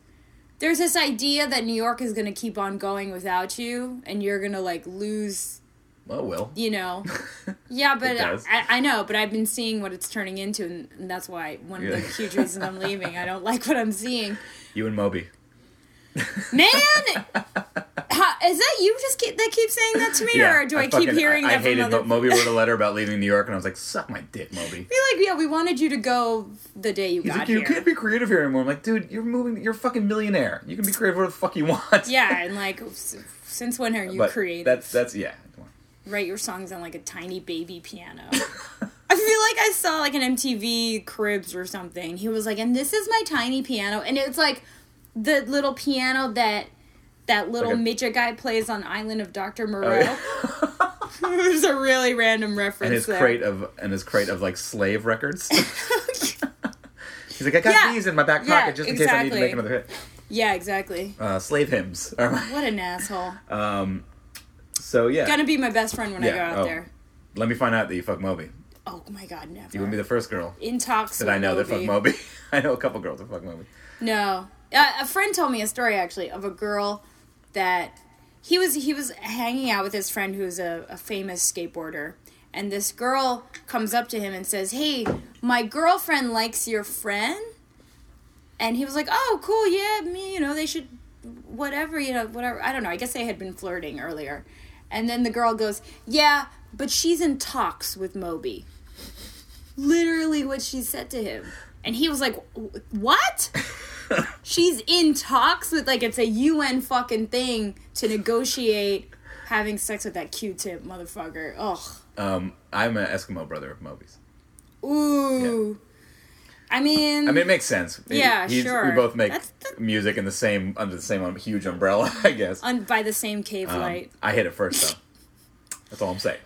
Speaker 2: there's this idea that New York is going to keep on going without you and you're going to like lose,
Speaker 1: Well, will.
Speaker 2: you know. Yeah, but
Speaker 1: does.
Speaker 2: I, I know, but I've been seeing what it's turning into, and, and that's why one of the
Speaker 1: Yeah.
Speaker 2: huge reasons I'm leaving. I don't like what I'm seeing.
Speaker 1: You and Moby.
Speaker 2: Man! How, is that you just keep, that keep saying that to me, or do I, keep
Speaker 1: fucking-
Speaker 2: hearing
Speaker 1: I,
Speaker 2: that
Speaker 1: I hated
Speaker 2: from other
Speaker 1: Mo- Moby wrote a letter about leaving New York, and I was like, "Suck my dick, Moby."
Speaker 2: I feel like, yeah, we wanted you to go the day you
Speaker 1: He's
Speaker 2: got
Speaker 1: like,
Speaker 2: here.
Speaker 1: "You can't be creative here anymore." I'm like, "Dude, you're moving. You're a fucking millionaire. You can be creative whatever the fuck you want."
Speaker 2: Yeah, and like, s- since when are you
Speaker 1: but
Speaker 2: creative?
Speaker 1: That's that's yeah. Come on.
Speaker 2: write your songs on like a tiny baby piano. I feel like I saw like an MTV Cribs or something. He was like, and this is my tiny piano, and it's like the little piano that that little
Speaker 1: Like a-
Speaker 2: midget guy plays on Island of Dr.
Speaker 1: Oh,
Speaker 2: Moreau.
Speaker 1: yeah.
Speaker 2: There's a really random reference
Speaker 1: and his
Speaker 2: there.
Speaker 1: crate of and his crate of like slave records. He's like, I got
Speaker 2: Yeah.
Speaker 1: these in my back
Speaker 2: Yeah,
Speaker 1: pocket just in case I need to make
Speaker 2: exactly.
Speaker 1: another hit.
Speaker 2: Yeah, exactly.
Speaker 1: Uh, slave hymns. are my-
Speaker 2: What an asshole.
Speaker 1: um, so yeah,
Speaker 2: Gonna be my best friend when I
Speaker 1: Yeah,
Speaker 2: go out
Speaker 1: oh.
Speaker 2: there.
Speaker 1: let me find out that you fuck Moby.
Speaker 2: Oh my god, never.
Speaker 1: You wouldn't be the first girl
Speaker 2: Intox.
Speaker 1: that I know that fuck Moby. I know a couple girls that fuck Moby.
Speaker 2: No, uh, a friend told me a story actually of a girl that he was he was hanging out with his friend who's a, a famous skateboarder, and this girl comes up to him and says, "Hey, my girlfriend likes your friend," and he was like, "Oh, cool, yeah, me, you know, they should, whatever, you know, whatever. I don't know. I guess they had been flirting earlier," and then the girl goes, "Yeah, but she's in talks with Moby." Literally, what she said to him. And he was like, "Wh- "What?" she's in talks with like it's a UN fucking thing to negotiate having sex with that Q-tip motherfucker. Ugh.
Speaker 1: Um, I'm an Eskimo brother of Moby's.
Speaker 2: Ooh. I mean,
Speaker 1: I mean, it makes sense. He-
Speaker 2: Yeah,
Speaker 1: he's-
Speaker 2: sure.
Speaker 1: We both make
Speaker 2: That's the-
Speaker 1: music in the same under the same um, huge umbrella, I guess.
Speaker 2: on by the same cave
Speaker 1: Um,
Speaker 2: light.
Speaker 1: I hit it first though. That's all I'm saying.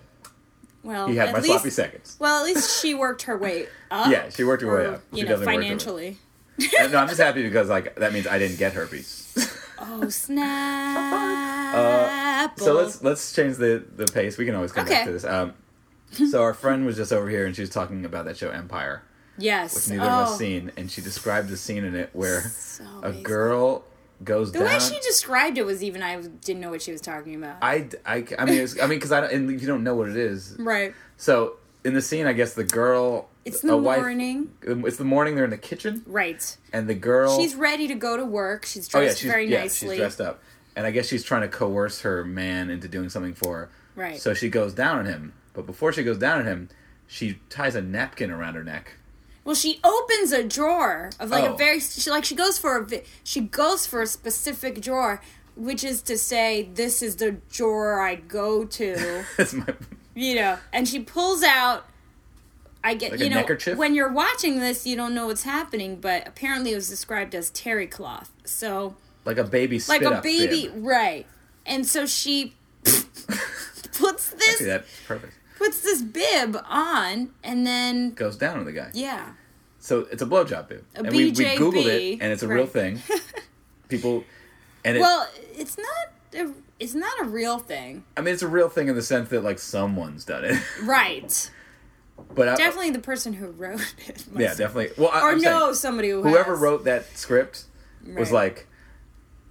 Speaker 2: Well,
Speaker 1: He had
Speaker 2: at
Speaker 1: my
Speaker 2: least,
Speaker 1: sloppy seconds.
Speaker 2: Well, at least she worked her way up.
Speaker 1: Yeah, she worked her way
Speaker 2: or,
Speaker 1: up. She
Speaker 2: You know,
Speaker 1: definitely worked her way up.
Speaker 2: financially.
Speaker 1: Uh, no, I'm just happy because like that means I didn't get herpes.
Speaker 2: Oh snap!
Speaker 1: Uh, so let's let's change the the pace. We can always come
Speaker 2: Okay.
Speaker 1: back to this. Um, so our friend was just over here and she was talking about that show Empire,
Speaker 2: yes.
Speaker 1: which neither
Speaker 2: oh,
Speaker 1: of us seen, and she described the scene in it where
Speaker 2: So
Speaker 1: a
Speaker 2: amazing.
Speaker 1: girl goes
Speaker 2: The
Speaker 1: down.
Speaker 2: way she described it was even I didn't know what she was talking about.
Speaker 1: I, I, I mean, it's, I mean, because I don't, and you don't know what it is.
Speaker 2: right.
Speaker 1: So in the scene, I guess the girl.
Speaker 2: It's the
Speaker 1: a wife-
Speaker 2: morning.
Speaker 1: it's the morning. They're in the kitchen,
Speaker 2: Right.
Speaker 1: and the girl.
Speaker 2: She's ready to go to work. She's
Speaker 1: oh
Speaker 2: dressed
Speaker 1: yeah, she's
Speaker 2: very
Speaker 1: yeah,
Speaker 2: nicely.
Speaker 1: she's dressed up, and I guess she's trying to coerce her man into doing something for her.
Speaker 2: Right.
Speaker 1: So she goes down on him, but before she goes down on him, she ties a napkin around her neck.
Speaker 2: well, she opens a drawer of like a
Speaker 1: Oh.
Speaker 2: very she like she goes for a vi- she goes for a specific drawer, which is to say this is the drawer I go to,
Speaker 1: That's my.
Speaker 2: you know. And she pulls out I get
Speaker 1: Like a
Speaker 2: you know
Speaker 1: neckerchief?
Speaker 2: when you're watching this you don't know what's happening, but apparently it was described as terry cloth. So
Speaker 1: Like a baby spit
Speaker 2: like a
Speaker 1: up
Speaker 2: baby,
Speaker 1: bib.
Speaker 2: right? And so she puts this
Speaker 1: See, that's perfect.
Speaker 2: puts this bib on and then
Speaker 1: Goes down on the guy.
Speaker 2: yeah
Speaker 1: So it's a blowjob bib.
Speaker 2: A
Speaker 1: and we, we
Speaker 2: BJB,
Speaker 1: googled it, and it's a real
Speaker 2: right.
Speaker 1: thing. People, and it,
Speaker 2: well it's not a, it's not a real thing
Speaker 1: I mean, it's a real thing in the sense that like someone's done it,
Speaker 2: right
Speaker 1: but I,
Speaker 2: definitely the person who wrote it must-
Speaker 1: yeah, definitely. Well, I,
Speaker 2: or
Speaker 1: I'm saying,
Speaker 2: no somebody who
Speaker 1: whoever
Speaker 2: has.
Speaker 1: wrote that script was
Speaker 2: Right.
Speaker 1: like,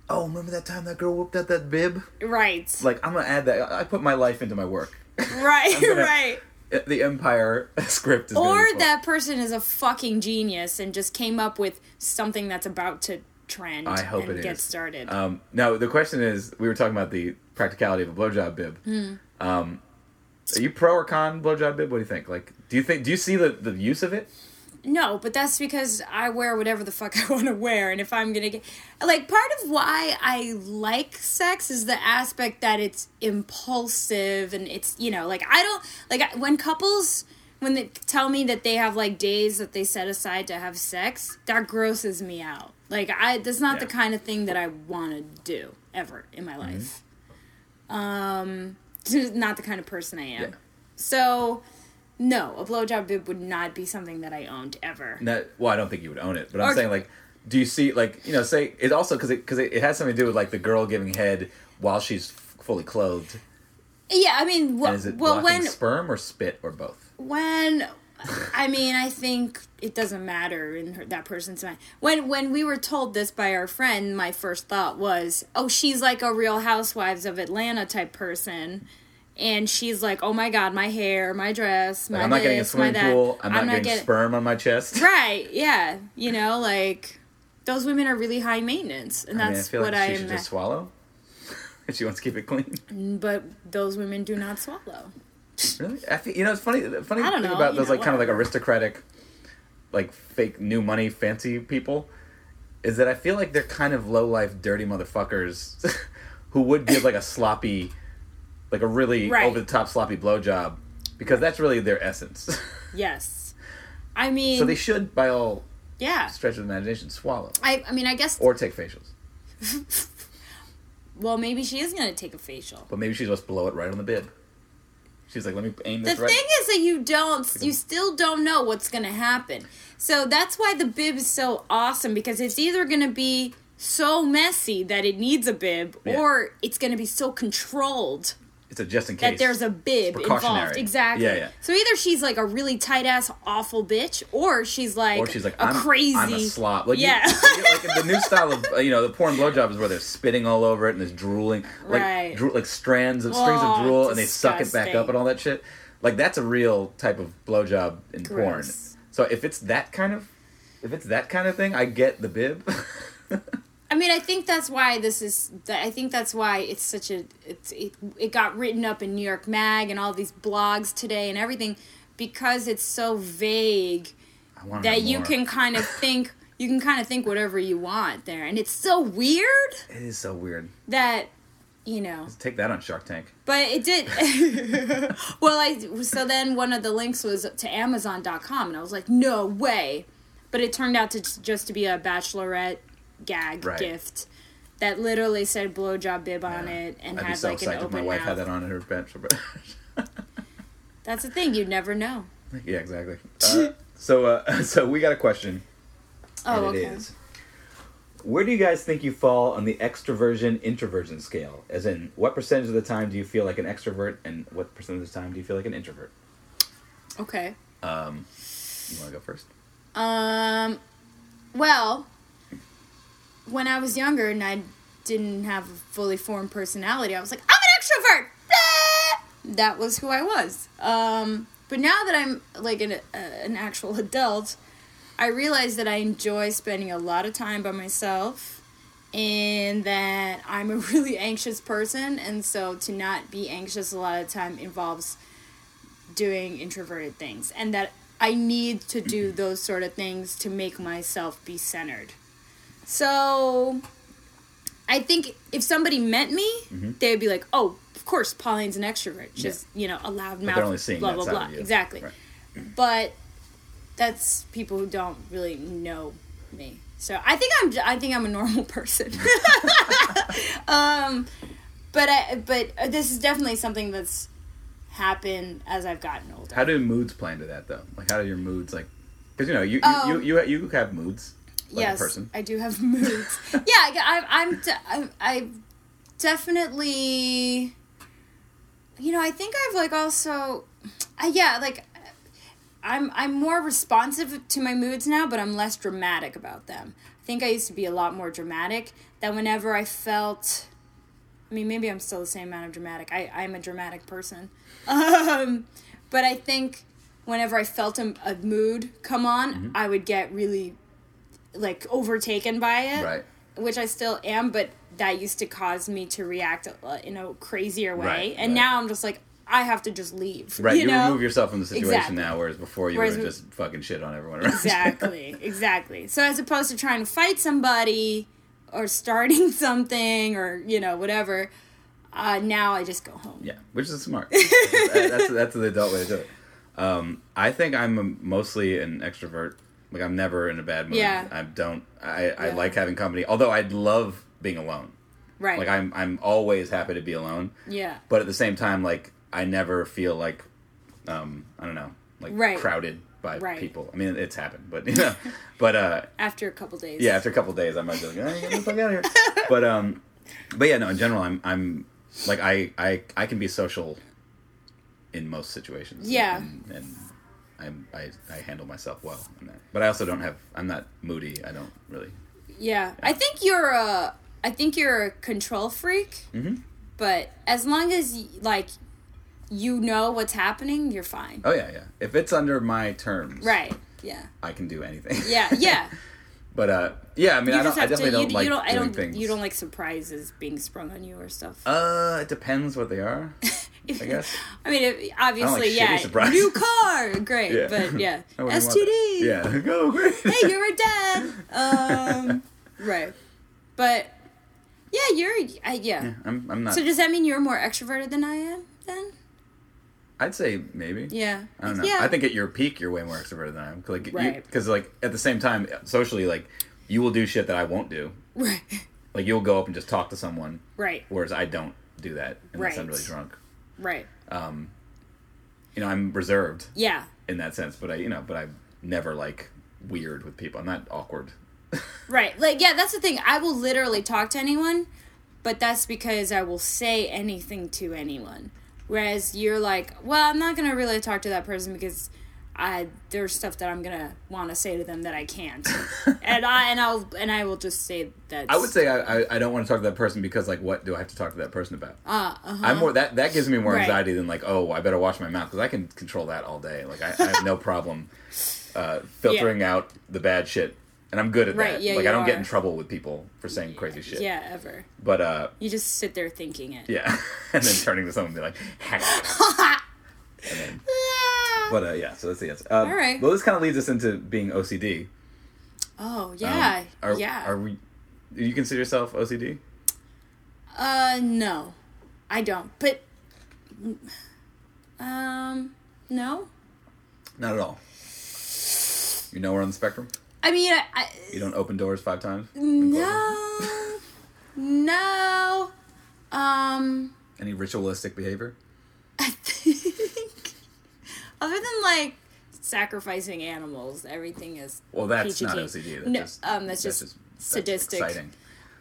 Speaker 1: "Oh, remember that time that girl whipped out that bib?
Speaker 2: right
Speaker 1: Like, I'm gonna add that. I I put my life into my work.
Speaker 2: right
Speaker 1: gonna-
Speaker 2: right
Speaker 1: the Empire script is gonna
Speaker 2: or
Speaker 1: be fun.
Speaker 2: that person is a fucking genius and just came up with something that's about to trend
Speaker 1: I hope
Speaker 2: and
Speaker 1: it
Speaker 2: get
Speaker 1: is.
Speaker 2: started
Speaker 1: Um, no, the question is, we were talking about the practicality of a blowjob bib.
Speaker 2: Hmm.
Speaker 1: Um, are you pro or con blowjob bib? What do you think? Like, do you think do you see the, the use of it?
Speaker 2: No, but that's because I wear whatever the fuck I want to wear. And if I'm going to get. Like, part of why I like sex is the aspect that it's impulsive and it's, you know, like, I don't. Like, I, when couples. When they tell me that they have like days that they set aside to have sex, that grosses me out. Like I, that's not the
Speaker 1: Yeah. Mm-hmm.
Speaker 2: kind of thing that I want to do ever in my life. Um, not the kind of person I am.
Speaker 1: Yeah.
Speaker 2: So, no, a blowjob bib would not be something that I owned ever.
Speaker 1: Not, well, I don't think you would own it, but I'm
Speaker 2: Or-
Speaker 1: saying like, do you see like you know say it also because it because it, it has something to do with like the girl giving head while she's f- fully clothed.
Speaker 2: Yeah, I mean, wh-
Speaker 1: And is it
Speaker 2: well,
Speaker 1: blocking
Speaker 2: when
Speaker 1: sperm or spit or both?
Speaker 2: when I mean, I think it doesn't matter in her, that person's mind. When when we were told this by our friend, my first thought was, "Oh, she's like a Real Housewives of Atlanta type person." And she's like, "Oh my god, my hair, my dress, my
Speaker 1: Like, I'm not getting a
Speaker 2: this, my
Speaker 1: swimming
Speaker 2: that.
Speaker 1: pool. I'm, not, getting
Speaker 2: getting-
Speaker 1: sperm on my chest.
Speaker 2: Right? Yeah, you know, like those women are really high maintenance, and
Speaker 1: I mean, I
Speaker 2: that's
Speaker 1: feel
Speaker 2: what
Speaker 1: like she
Speaker 2: I
Speaker 1: should
Speaker 2: am.
Speaker 1: just swallow. If she wants to keep it clean,
Speaker 2: but those women do not swallow.
Speaker 1: really? I think you know it's funny. the Funny
Speaker 2: I don't
Speaker 1: thing
Speaker 2: know,
Speaker 1: about
Speaker 2: you
Speaker 1: those
Speaker 2: know,
Speaker 1: like kind of like aristocratic, like fake new money fancy people, is that I feel like they're kind of low life dirty motherfuckers, who would give like a sloppy, like a really
Speaker 2: Right.
Speaker 1: over the top sloppy blowjob, because that's really their essence.
Speaker 2: Yes, I mean,
Speaker 1: so they should, by all
Speaker 2: yeah.
Speaker 1: stretch of the imagination, swallow
Speaker 2: I, I mean, I guess
Speaker 1: or take facials.
Speaker 2: Well, maybe she is gonna take a facial.
Speaker 1: But maybe she just blow it right on the bib. She's like, let me aim
Speaker 2: The
Speaker 1: this right.
Speaker 2: thing is that you don't, you still don't know what's going to happen. So that's why the bib is so awesome because it's either going to be so messy that it needs a bib
Speaker 1: Yeah.
Speaker 2: or it's going to be so controlled
Speaker 1: it's a just in case.
Speaker 2: that there's a bib
Speaker 1: precautionary.
Speaker 2: involved. Exactly.
Speaker 1: Yeah, yeah.
Speaker 2: So either she's like a really tight ass, awful bitch or she's like,
Speaker 1: or she's like,
Speaker 2: a
Speaker 1: I'm
Speaker 2: crazy.
Speaker 1: I'm a slob. Like, you-
Speaker 2: Yeah.
Speaker 1: you know, like the new style of uh, you know the porn blowjob is where they're spitting all over it and there's drooling, like
Speaker 2: Right.
Speaker 1: drool, like strands of strings of
Speaker 2: Oh,
Speaker 1: drool, and they suck it back
Speaker 2: disgusting.
Speaker 1: up and all that shit. Like that's a real type of blowjob in porn.
Speaker 2: Gross.
Speaker 1: So if it's that kind of, if it's that kind of thing, I get the bib.
Speaker 2: I mean, I think that's why this is. That I think that's why it's such a. It's, it it got written up in New York Mag and all these blogs today and everything because it's so vague
Speaker 1: I want
Speaker 2: that you can kind of think you can kind of think whatever you want there, and it's so weird
Speaker 1: It is so weird.
Speaker 2: that you know.
Speaker 1: Take that on Shark Tank.
Speaker 2: But it did. well, I so then one of the links was to Amazon.com, and I was like, no way. But it turned out to j- just to be a bachelorette gag
Speaker 1: Right.
Speaker 2: gift that literally said "blowjob bib" on
Speaker 1: Yeah.
Speaker 2: it and
Speaker 1: I'd be
Speaker 2: had
Speaker 1: so
Speaker 2: like an
Speaker 1: psyched if my
Speaker 2: open
Speaker 1: wife had
Speaker 2: mouth.
Speaker 1: that on her bench.
Speaker 2: That's the thing; you never know.
Speaker 1: yeah, exactly. Uh, so, uh, so we got a question.
Speaker 2: Oh,
Speaker 1: and it
Speaker 2: okay.
Speaker 1: is. Where do you guys think you fall on the extroversion introversion scale? As in, what percentage of the time do you feel like an extrovert, and what percentage of the time do you feel like an introvert?
Speaker 2: Okay.
Speaker 1: Um, you want to go first?
Speaker 2: Um, well, when I was younger and I didn't have a fully formed personality, I was like, I'm an extrovert. Blah! That was who I was. Um, but now that I'm like an, uh, an actual adult, I realize that I enjoy spending a lot of time by myself and that I'm a really anxious person. And so to not be anxious a lot of the time involves doing introverted things and that I need to do
Speaker 1: Mm-hmm.
Speaker 2: those sort of things to make myself be centered. So I think if somebody met me,
Speaker 1: Mm-hmm.
Speaker 2: they would be like, "Oh, of course Pauline's an extrovert. She's, you know, a loud mouth,
Speaker 1: They're only seeing
Speaker 2: blah
Speaker 1: that
Speaker 2: blah
Speaker 1: side
Speaker 2: blah."
Speaker 1: of you.
Speaker 2: Exactly.
Speaker 1: Right.
Speaker 2: But that's people who don't really know me. So I think I'm I think I'm a normal person. um but I but this is definitely something that's happened as I've gotten older.
Speaker 1: How do moods play into that though? Like, how do your moods like? Because you know, you, you,
Speaker 2: Oh.
Speaker 1: you you you have moods. Like
Speaker 2: yes,
Speaker 1: a person.
Speaker 2: I do have moods. yeah, I, I, I'm. De- I'm. I definitely. You know, I think I've like also, I, yeah, like, I'm I'm more responsive to my moods now, but I'm less dramatic about them. I think I used to be a lot more dramatic. That whenever I felt, I mean, maybe I'm still the same amount of dramatic. I I'm a dramatic person, um, but I think. Whenever I felt a, a mood come on,
Speaker 1: Mm-hmm.
Speaker 2: I would get really like overtaken by it,
Speaker 1: Right.
Speaker 2: which I still am, but that used to cause me to react uh, in a crazier way.
Speaker 1: Right,
Speaker 2: and
Speaker 1: right.
Speaker 2: now I'm just like, I have to just leave.
Speaker 1: Right. You,
Speaker 2: you know?
Speaker 1: remove yourself from the situation
Speaker 2: Exactly.
Speaker 1: now, whereas before you
Speaker 2: Whereas
Speaker 1: would
Speaker 2: we-
Speaker 1: just fucking shit on everyone. Around
Speaker 2: exactly, exactly. So as opposed to trying to fight somebody or starting something or you know whatever, uh, now I just go home.
Speaker 1: Yeah, which is smart. That- that's that's the adult way to do it. Um, I think I'm a, mostly an extrovert. Like I'm never in a bad mood.
Speaker 2: Yeah.
Speaker 1: I don't. I, I
Speaker 2: Yeah.
Speaker 1: like having company. Although I love being alone.
Speaker 2: Right.
Speaker 1: Like I'm I'm always happy to be alone.
Speaker 2: yeah.
Speaker 1: But at the same time, like I never feel like um I don't know like
Speaker 2: Right.
Speaker 1: crowded by
Speaker 2: Right.
Speaker 1: people. I mean it's happened, but you know, but uh
Speaker 2: After a couple days.
Speaker 1: yeah, after a couple days, I might be like, "Eh, get the fuck out of here. But um, but yeah, no. In general, I'm I'm like I I I can be social in most situations.
Speaker 2: Yeah.
Speaker 1: and, and I'm, I I handle myself well. In that. But I also don't have. I'm not moody. I don't really.
Speaker 2: Yeah, I think you're a, I think you're a control freak.
Speaker 1: Mhm.
Speaker 2: But as long as y- like, you know what's happening, you're fine.
Speaker 1: Oh yeah, yeah. If it's under my terms,
Speaker 2: Right. Yeah.
Speaker 1: I can do anything.
Speaker 2: Yeah. Yeah.
Speaker 1: but uh, yeah. I mean,
Speaker 2: You
Speaker 1: I
Speaker 2: just
Speaker 1: don't. I
Speaker 2: have to.
Speaker 1: definitely
Speaker 2: You,
Speaker 1: don't
Speaker 2: you
Speaker 1: like
Speaker 2: don't. I
Speaker 1: doing
Speaker 2: don't.
Speaker 1: things.
Speaker 2: You don't like surprises being sprung on you or stuff.
Speaker 1: Uh, it depends what they are. I guess.
Speaker 2: I mean, it, obviously,
Speaker 1: shitty
Speaker 2: yeah.
Speaker 1: surprises.
Speaker 2: New car, great,
Speaker 1: Yeah.
Speaker 2: but yeah,
Speaker 1: I wouldn't want
Speaker 2: STD.
Speaker 1: that. Yeah. Go great.
Speaker 2: Hey, you're a dad. Um, right, but yeah, you're I, yeah.
Speaker 1: I'm. I'm not.
Speaker 2: So does that mean you're more extroverted than I am? Then
Speaker 1: I'd say maybe.
Speaker 2: yeah.
Speaker 1: I don't know.
Speaker 2: Yeah.
Speaker 1: I think at your peak, you're way more extroverted than I am. Like,
Speaker 2: Right.
Speaker 1: because like at the same time, socially, like you will do shit that I won't do,
Speaker 2: right.
Speaker 1: Like you'll go up and just talk to someone,
Speaker 2: Right.
Speaker 1: whereas I don't do that unless I'm
Speaker 2: Right.
Speaker 1: really drunk. Um,
Speaker 2: Right.
Speaker 1: You know, I'm reserved
Speaker 2: Yeah.
Speaker 1: in that sense, but I, you know, but I'm never like weird with people. I'm not awkward.
Speaker 2: Right. Like, yeah, that's the thing. I will literally talk to anyone, but that's because I will say anything to anyone. Whereas you're like, well, I'm not going to really talk to that person because I there's stuff that I'm going to want to say to them that I can't. and I and I'll and I will just say that
Speaker 1: I would say I, I, I don't want to talk to that person because like what do I have to talk to that person about?
Speaker 2: uh, uh-huh.
Speaker 1: I'm more that that gives me more
Speaker 2: Right.
Speaker 1: anxiety than like oh I better wash my mouth because I can control that all day. Like I, I have no problem uh, filtering out the bad shit, and I'm good at
Speaker 2: Right,
Speaker 1: that.
Speaker 2: yeah,
Speaker 1: like
Speaker 2: you
Speaker 1: I don't get
Speaker 2: are.
Speaker 1: in trouble with people for saying crazy shit.
Speaker 2: Yeah, ever.
Speaker 1: But uh,
Speaker 2: You just sit there thinking it.
Speaker 1: yeah, and then turning to someone and be like, and then,
Speaker 2: Ah.
Speaker 1: but uh, yeah, so that's the answer. Um,
Speaker 2: All right.
Speaker 1: Well, this kind of leads us into being OCD.
Speaker 2: Oh,
Speaker 1: Um,
Speaker 2: yeah.
Speaker 1: Are,
Speaker 2: yeah.
Speaker 1: Are we? Do you consider yourself OCD?
Speaker 2: Uh, no, I don't. But, um, no.
Speaker 1: Not at all. You know we're on the spectrum.
Speaker 2: I mean, I, I
Speaker 1: You don't open doors five times. and close them?
Speaker 2: no, no. Um,
Speaker 1: Any ritualistic behavior?
Speaker 2: I think other than like sacrificing animals, everything is
Speaker 1: Well, that's
Speaker 2: peachy
Speaker 1: not
Speaker 2: keen.
Speaker 1: OCD. That's
Speaker 2: no,
Speaker 1: just,
Speaker 2: um, that's, just, sadistic.
Speaker 1: That's exciting.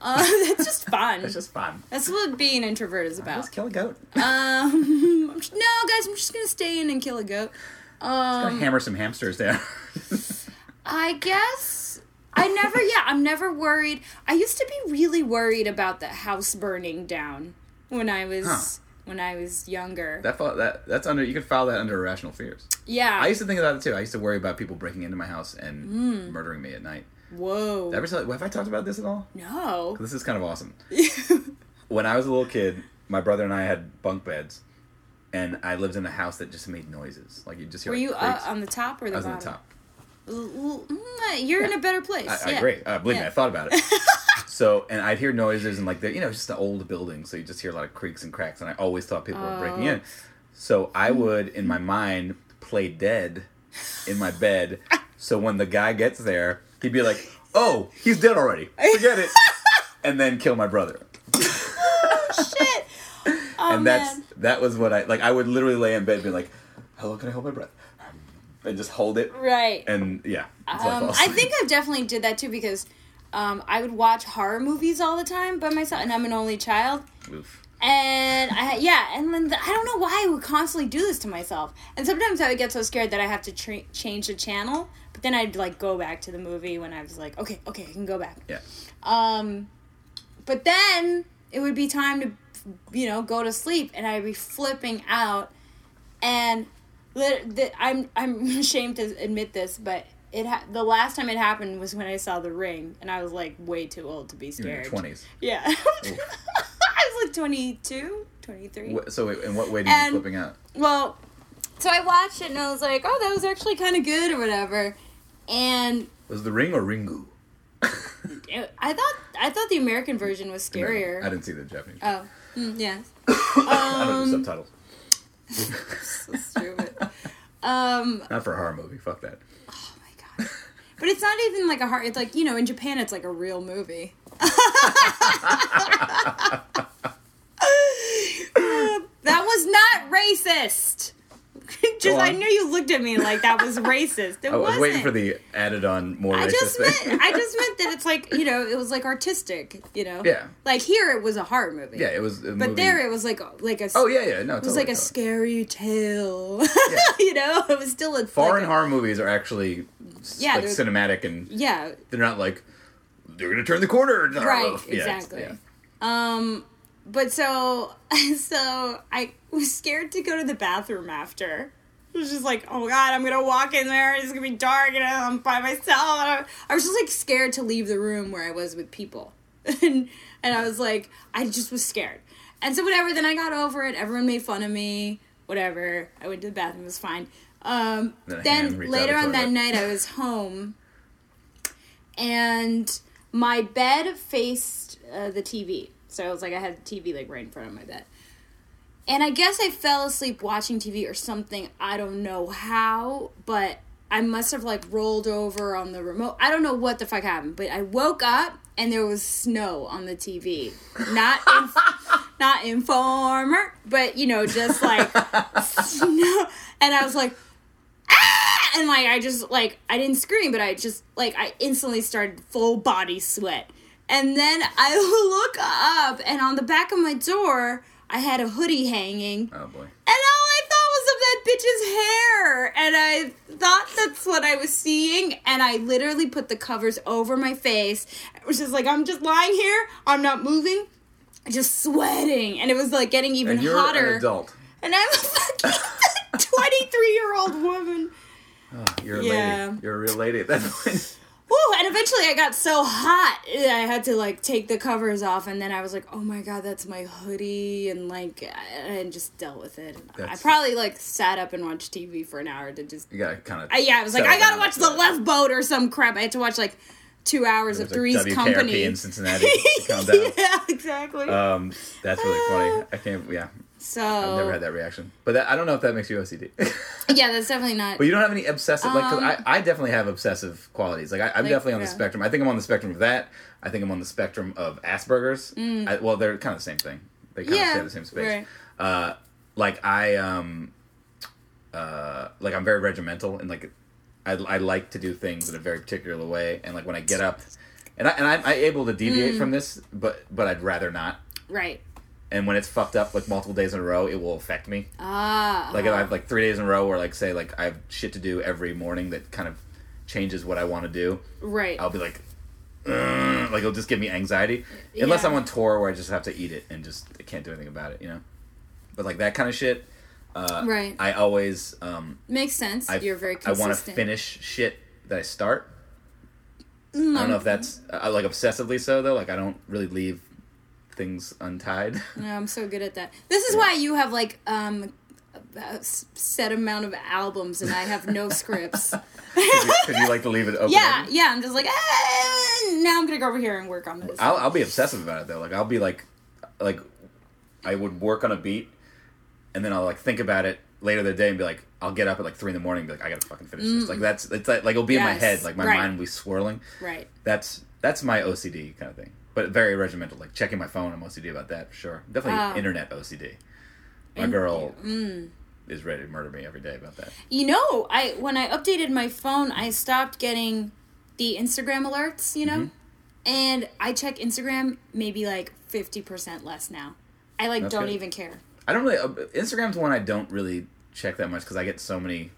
Speaker 2: Uh, that's just fun.
Speaker 1: That's
Speaker 2: that's,
Speaker 1: just fun.
Speaker 2: what being an introvert is about.
Speaker 1: Let's kill a goat.
Speaker 2: Um, I'm just- no, guys, I'm just gonna stay in and kill a goat. Um,
Speaker 1: Gonna hammer some hamsters down.
Speaker 2: I guess I never. Yeah, I'm never worried. I used to be really worried about the house burning down when I was
Speaker 1: Huh.
Speaker 2: when I was younger.
Speaker 1: that fall, that that's under. You could file that under irrational fears.
Speaker 2: yeah.
Speaker 1: I used to think about it too. I used to worry about people breaking into my house and
Speaker 2: Mm.
Speaker 1: murdering me at night.
Speaker 2: Whoa.
Speaker 1: Ever tell, have I talked about this at all?
Speaker 2: no.
Speaker 1: This is kind of awesome. when I was a little kid, my brother and I had bunk beds, and I lived in a house that just made noises. Like you just hear.
Speaker 2: Were
Speaker 1: like,
Speaker 2: you uh,
Speaker 1: creaks.
Speaker 2: on the top or the
Speaker 1: I was on
Speaker 2: bottom?
Speaker 1: the top.
Speaker 2: L- l- mm, You're in a better place.
Speaker 1: I, I
Speaker 2: yeah.
Speaker 1: agree. Uh, believe me,
Speaker 2: Yeah.
Speaker 1: I thought about it. so, and I'd hear noises and like the, you know, just the old building, so you just hear a lot of creaks and cracks, and I always thought people were breaking
Speaker 2: Oh. Mm.
Speaker 1: in. So I would, in my mind, play dead in my bed, so when the guy gets there, he'd be like, "Oh, he's dead already. Forget it," and then kill my brother.
Speaker 2: Shit. Oh
Speaker 1: and that's
Speaker 2: man.
Speaker 1: that was what I like. I would literally lay in bed and be like, "Hello, can I hold my breath?" And just hold it,
Speaker 2: Right.
Speaker 1: and yeah, until
Speaker 2: Um,
Speaker 1: fall
Speaker 2: I
Speaker 1: asleep.
Speaker 2: think I've definitely did that too because um, I would watch horror movies all the time by myself, and I'm an only child.
Speaker 1: Oof.
Speaker 2: And I yeah, and then the, I don't know why I would constantly do this to myself. And sometimes I would get so scared that I have to tra- change the channel, but then I'd like go back to the movie when I was like, okay, okay, I can go back.
Speaker 1: yeah.
Speaker 2: Um, but then it would be time to you know go to sleep, and I'd be flipping out. And lit- the, I'm I'm ashamed to admit this, but it ha- the last time it happened was when I saw The Ring, and I was like way too old to be
Speaker 1: You were in
Speaker 2: scared.
Speaker 1: your twenties.
Speaker 2: Yeah. I was like 22, 23.
Speaker 1: Wh- So wait, in what way did you
Speaker 2: And-
Speaker 1: flipping out?
Speaker 2: Well, so I watched it and I was like, oh, that was actually kind of good or whatever. And
Speaker 1: Was the ring or Ringu?
Speaker 2: it, I thought I thought the American version was
Speaker 1: I
Speaker 2: scarier.
Speaker 1: didn't see the Japanese.
Speaker 2: Oh, mm, yeah.
Speaker 1: I don't know the subtitles.
Speaker 2: So stupid. Um,
Speaker 1: Not for a horror movie. Fuck that.
Speaker 2: oh my god. But it's not even like a hard. It's like you know, in Japan, it's like a real movie. that was not racist.
Speaker 1: Go
Speaker 2: just I
Speaker 1: on.
Speaker 2: knew you looked at me like that was racist. It
Speaker 1: Oh, I was
Speaker 2: wasn't.
Speaker 1: waiting for the added on more
Speaker 2: I
Speaker 1: racist
Speaker 2: just
Speaker 1: thing.
Speaker 2: meant I just meant that it's like you know it was like artistic you know
Speaker 1: Yeah.
Speaker 2: like here it was a horror movie
Speaker 1: yeah, it was. A
Speaker 2: but
Speaker 1: movie.
Speaker 2: there it was like a- like a
Speaker 1: Oh yeah, yeah. No,
Speaker 2: it was like a scary tale you know it was still a
Speaker 1: Foreign
Speaker 2: like a-
Speaker 1: horror movies are actually s-
Speaker 2: Yeah,
Speaker 1: like
Speaker 2: they're-
Speaker 1: cinematic and
Speaker 2: yeah
Speaker 1: they're not like they're gonna turn the corner. and-
Speaker 2: Right,
Speaker 1: Yeah, it's-
Speaker 2: exactly.
Speaker 1: yeah.
Speaker 2: Um, but so so I was scared to go to the bathroom after. I was just like, oh god, I'm gonna walk in there. It's gonna be dark, and I'm by myself. And I, I was just like scared to leave the room where I was with people, and and I was like, I just was scared. And so whatever. Then I got over it. Everyone made fun of me. Whatever. I went to the bathroom. It was fine. Um,
Speaker 1: Then a hand
Speaker 2: then
Speaker 1: reached out
Speaker 2: later
Speaker 1: the
Speaker 2: on that
Speaker 1: toilet.
Speaker 2: night, I was home and my bed faced uh, the TV. So it was like I had the TV like right in front of my bed. And I guess I fell asleep watching TV or something. I don't know how, but I must have like rolled over on the remote. I don't know what the fuck happened, but I woke up and there was snow on the TV. Not in, not informer, but you know, just like snow. And I was like, ah! And like I just like I didn't scream, but I just like I instantly started full body sweat. And then I look up, and on the back of my door, I had a hoodie hanging.
Speaker 1: Oh boy.
Speaker 2: And all I thought was of that bitch's hair. And I thought that's what I was seeing. And I literally put the covers over my face. It was just like, I'm just lying here. I'm not moving. I'm just sweating. And it was like getting even
Speaker 1: And you're
Speaker 2: hotter.
Speaker 1: an adult.
Speaker 2: And I'm a fucking 23 year old woman.
Speaker 1: Oh, you're a
Speaker 2: Yeah.
Speaker 1: lady. You're a real lady at that point.
Speaker 2: Woo, and eventually I got so hot eh, I had to like take the covers off and then I was like, "Oh my god, that's my hoodie." And like I- and just dealt with it. And I
Speaker 1: That's-
Speaker 2: probably like sat up and watched TV for an hour to just
Speaker 1: You gotta kind of.
Speaker 2: I, Uh, yeah, I was like, "I got to watch The Left Boat or some crap." I had to watch like 2 hours of Three's
Speaker 1: WKRP
Speaker 2: Company.
Speaker 1: in Cincinnati. to calm down.
Speaker 2: yeah, exactly.
Speaker 1: Um, that's really
Speaker 2: Uh,
Speaker 1: funny. I can't. Yeah,
Speaker 2: so
Speaker 1: I've never had that reaction. But that, I don't know if that makes you OCD.
Speaker 2: Yeah, that's definitely not.
Speaker 1: but you don't have any obsessive. Like, 'cause
Speaker 2: Um,
Speaker 1: I, I definitely have obsessive qualities. Like, I, I'm
Speaker 2: Like,
Speaker 1: definitely on the
Speaker 2: yeah.
Speaker 1: spectrum. I think I'm on the spectrum of that. I think I'm on the spectrum of Asperger's. I, well, they're kind of the same thing. They kind of
Speaker 2: Mm. Yeah,
Speaker 1: share the same space.
Speaker 2: right.
Speaker 1: Uh, like I um, uh, like I'm very regimental and like I, I like to do things in a very particular way. And like when I get up, and I and I'm, I'm able to deviate from this, but but I'd rather not.
Speaker 2: right.
Speaker 1: And when it's fucked up like multiple days in a row, it will affect me.
Speaker 2: Ah.
Speaker 1: Like if I have like three days in a row where like say like I have shit to do every morning that kind of changes what I want to do.
Speaker 2: right.
Speaker 1: I'll be like, "Ugh," like it'll just give me anxiety. Unless
Speaker 2: Yeah.
Speaker 1: I'm on tour where I just have to eat it and just I can't do anything about it, you know. But like that kind of shit, uh,
Speaker 2: Right.
Speaker 1: I always um,
Speaker 2: Makes sense.
Speaker 1: I,
Speaker 2: You're very
Speaker 1: I want to
Speaker 2: consistent.
Speaker 1: finish shit that I start. I
Speaker 2: Mm-hmm.
Speaker 1: don't know if that's I, like obsessively so though. Like I don't really leave things untied.
Speaker 2: No, I'm so good at that. This is why you have like um a a s- set amount of albums and I have no scripts.
Speaker 1: Because you like to leave it open.
Speaker 2: Yeah, yeah. I'm just like "Ah, now I'm gonna go over here and work on this.
Speaker 1: I'll, I'll be obsessive about it though. Like I'll be like, like, I would work on a beat, and then I'll like think about it later that day and be like, I'll get up at like three in the morning and be like, I gotta fucking finish this. Like that's it's like, like it'll be in my
Speaker 2: Mm. Yes,
Speaker 1: head. Like my
Speaker 2: right.
Speaker 1: mind will be swirling.
Speaker 2: right.
Speaker 1: That's that's my OCD kind of thing, but very regimental. Like checking my phone, I'm OCD about that for sure. Definitely
Speaker 2: Oh. mm.
Speaker 1: internet OCD. My girl is ready to murder me every day about that.
Speaker 2: You know, I when I updated my phone, I stopped getting the Instagram alerts. You know,
Speaker 1: Mm-hmm.
Speaker 2: and I check Instagram maybe like fifty percent less now. I like
Speaker 1: That's
Speaker 2: don't
Speaker 1: good.
Speaker 2: even care.
Speaker 1: I don't really. Uh, Instagram's one I don't really check that much because I get so many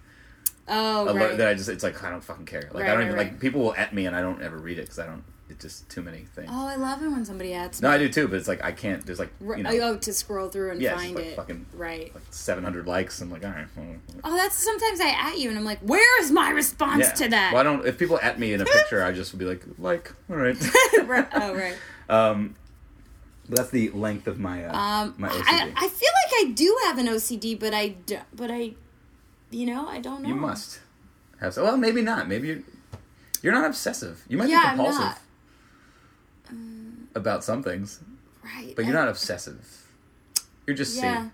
Speaker 2: Oh,
Speaker 1: alert
Speaker 2: right.
Speaker 1: that I just it's like I don't fucking care. Like
Speaker 2: Right,
Speaker 1: I don't
Speaker 2: right,
Speaker 1: even
Speaker 2: right.
Speaker 1: like people will at me and I don't ever read it because I don't. It's just too many things.
Speaker 2: oh, I love it when somebody adds.
Speaker 1: No, I do too, but it's like I can't. There's like
Speaker 2: Right.
Speaker 1: you know,
Speaker 2: oh, to scroll through and
Speaker 1: Yeah, it's
Speaker 2: find
Speaker 1: like
Speaker 2: it.
Speaker 1: fucking-
Speaker 2: right.
Speaker 1: like 700 likes. I'm like, all right. Well,
Speaker 2: Oh, that's sometimes I at you and I'm like, where is my response
Speaker 1: yeah.
Speaker 2: to that?
Speaker 1: Well, I don't. If people at me in a picture, I just would be like, like, all right.
Speaker 2: Right- oh, right.
Speaker 1: um, but that's the length of my uh,
Speaker 2: Um,
Speaker 1: my OCD.
Speaker 2: I, I feel like I do have an OCD, but I, do, but I, you know, I don't know.
Speaker 1: you must have. So, well, maybe not. Maybe you you're not obsessive. You might
Speaker 2: Yeah,
Speaker 1: be
Speaker 2: I'm
Speaker 1: compulsive
Speaker 2: not.
Speaker 1: about some things,
Speaker 2: Right.
Speaker 1: but you're
Speaker 2: I-
Speaker 1: not obsessive. You're just
Speaker 2: Yeah.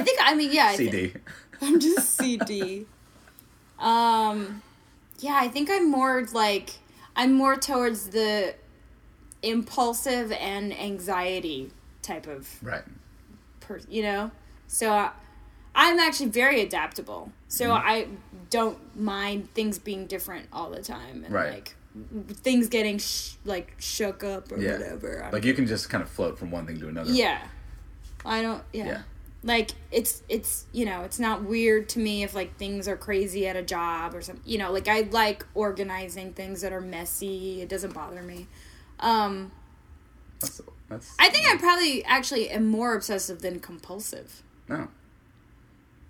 Speaker 2: think, I mean, yeah. I
Speaker 1: C.
Speaker 2: thi-
Speaker 1: CD.
Speaker 2: I'm just CD. um, yeah, I think I'm more like, I'm more towards the impulsive and anxiety type of
Speaker 1: right.
Speaker 2: per- you know so I, i'm actually very adaptable so
Speaker 1: Mm-hmm.
Speaker 2: i don't mind things being different all the time and
Speaker 1: Right.
Speaker 2: like w- things getting sh- like shook up or
Speaker 1: Yeah.
Speaker 2: whatever I'm-
Speaker 1: Like you can just kind of float from one thing to another.
Speaker 2: yeah i don't yeah.
Speaker 1: Yeah.
Speaker 2: like it's it's you know it's not weird to me if like things are crazy at a job or something you know like i like organizing things that are messy it doesn't bother me um
Speaker 1: That's, that's
Speaker 2: i think i probably actually am more obsessive than compulsive
Speaker 1: no. Well,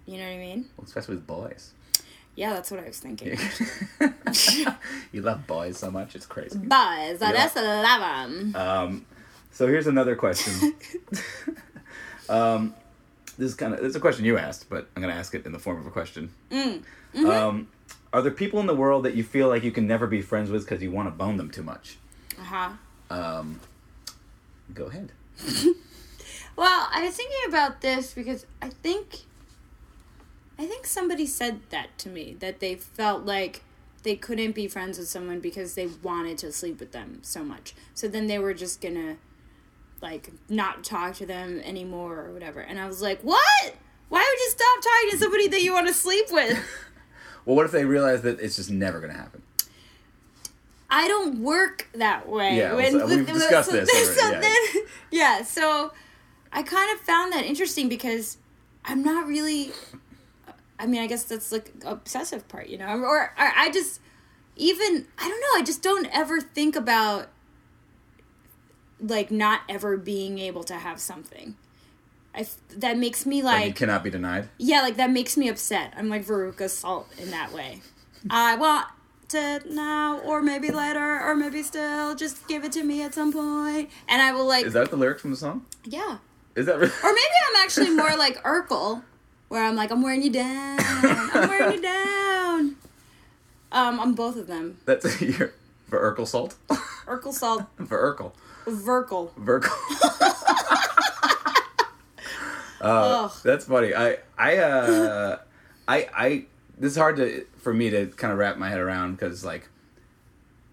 Speaker 2: you know what i mean
Speaker 1: especially with boys.
Speaker 2: Yeah, that's what I was thinking.
Speaker 1: you love boys so much, it's crazy.
Speaker 2: Buzz, I
Speaker 1: Yeah.
Speaker 2: just love 'em.
Speaker 1: Um, so here's another question. um, this is kind of it's a question you asked, but I'm gonna ask it in the form of a question.
Speaker 2: Mm.
Speaker 1: Um,
Speaker 2: Mm-hmm.
Speaker 1: are there people in the world that you feel like you can never be friends with because you want to bone them too much?
Speaker 2: Uh-huh.
Speaker 1: Um, go ahead.
Speaker 2: Well, I was thinking about this because I think I think somebody said that to me that they felt like they couldn't be friends with someone because they wanted to sleep with them so much. So then they were just gonna like not talk to them anymore or whatever. And I was like, What? Why would you stop talking to somebody that you want to sleep with?
Speaker 1: Well, what if they realize that it's just never going to happen?
Speaker 2: I don't work that way.
Speaker 1: Yeah, so we've discussed this already,
Speaker 2: so
Speaker 1: yeah.
Speaker 2: then- yeah, so I kind of found that interesting because I'm not really. I mean, I guess that's like obsessive part, you know, or, or I just even I don't know. I just don't ever think about like not ever being able to have something. I f- that makes me
Speaker 1: And
Speaker 2: like
Speaker 1: it cannot be denied.
Speaker 2: yeah, like that makes me upset. I'm like Veruca Salt in that way. I want it now, or maybe later, or maybe still. Just give it to me at some point, and I will like
Speaker 1: Is that the lyrics from the song?
Speaker 2: yeah.
Speaker 1: Is that really?
Speaker 2: Or maybe I'm actually more like Urkel, where I'm like I'm wearing you down, I'm wearing you down. Um, I'm both of them.
Speaker 1: That's your for Urkel salt
Speaker 2: Urkel Salt,
Speaker 1: for Urkel.
Speaker 2: Verkel.
Speaker 1: Urkel.
Speaker 2: Ugh.
Speaker 1: That's funny. I I uh I I this is hard to for me to kind of wrap my head around because like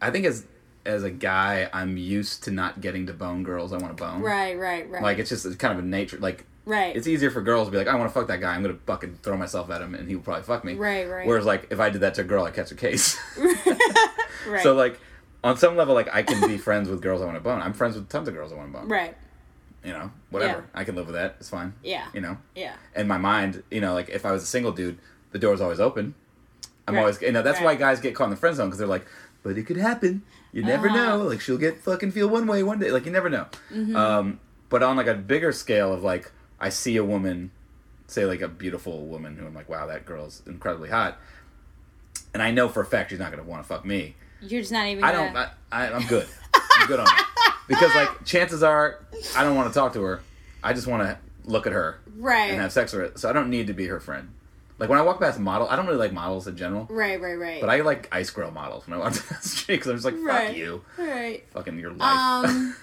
Speaker 1: I think as as a guy I'm used to not getting to bone girls I want to bone
Speaker 2: Right, right, right.
Speaker 1: like it's just it's kind of a nature like
Speaker 2: right.
Speaker 1: it's easier for girls to be like, I want to fuck that guy. I'm gonna fucking throw myself at him, and he will probably fuck me.
Speaker 2: Right, right.
Speaker 1: Whereas, like, if I did that to a girl, I catch a case.
Speaker 2: right.
Speaker 1: so, like, on some level, like, I can be friends with girls I want to bone. I'm friends with tons of girls I want to bone.
Speaker 2: right.
Speaker 1: You know, whatever. I can live with that. It's fine.
Speaker 2: Yeah.
Speaker 1: You know,
Speaker 2: Yeah.
Speaker 1: in my mind, you know, like, if I was a single dude, the door's always open. I'm
Speaker 2: Right.
Speaker 1: always, you know, that's
Speaker 2: Right.
Speaker 1: why guys get caught in the friend zone because they're like, but it could happen. You never
Speaker 2: Uh-huh. Mm-hmm.
Speaker 1: know. Like, she'll get fucking feel one way one day. Like, you never know. Um, but on like a bigger scale of like, I see a woman say like a beautiful woman who I'm like, wow, that girl's incredibly hot, and I know for a fact she's not gonna want to fuck me.
Speaker 2: You're just not even.
Speaker 1: I
Speaker 2: gonna-
Speaker 1: don't. I, I, I'm good. I'm good on that because like chances are I don't want to talk to her. I just want to look at her
Speaker 2: right.
Speaker 1: and have sex with her. So I don't need to be her friend. Like when I walk past a model, I don't really like models in general,
Speaker 2: right. Right. Right.
Speaker 1: but I like ice girl models when I walk down the street because I'm just like, fuck
Speaker 2: Right.
Speaker 1: you,
Speaker 2: right.
Speaker 1: fucking your life.
Speaker 2: Um,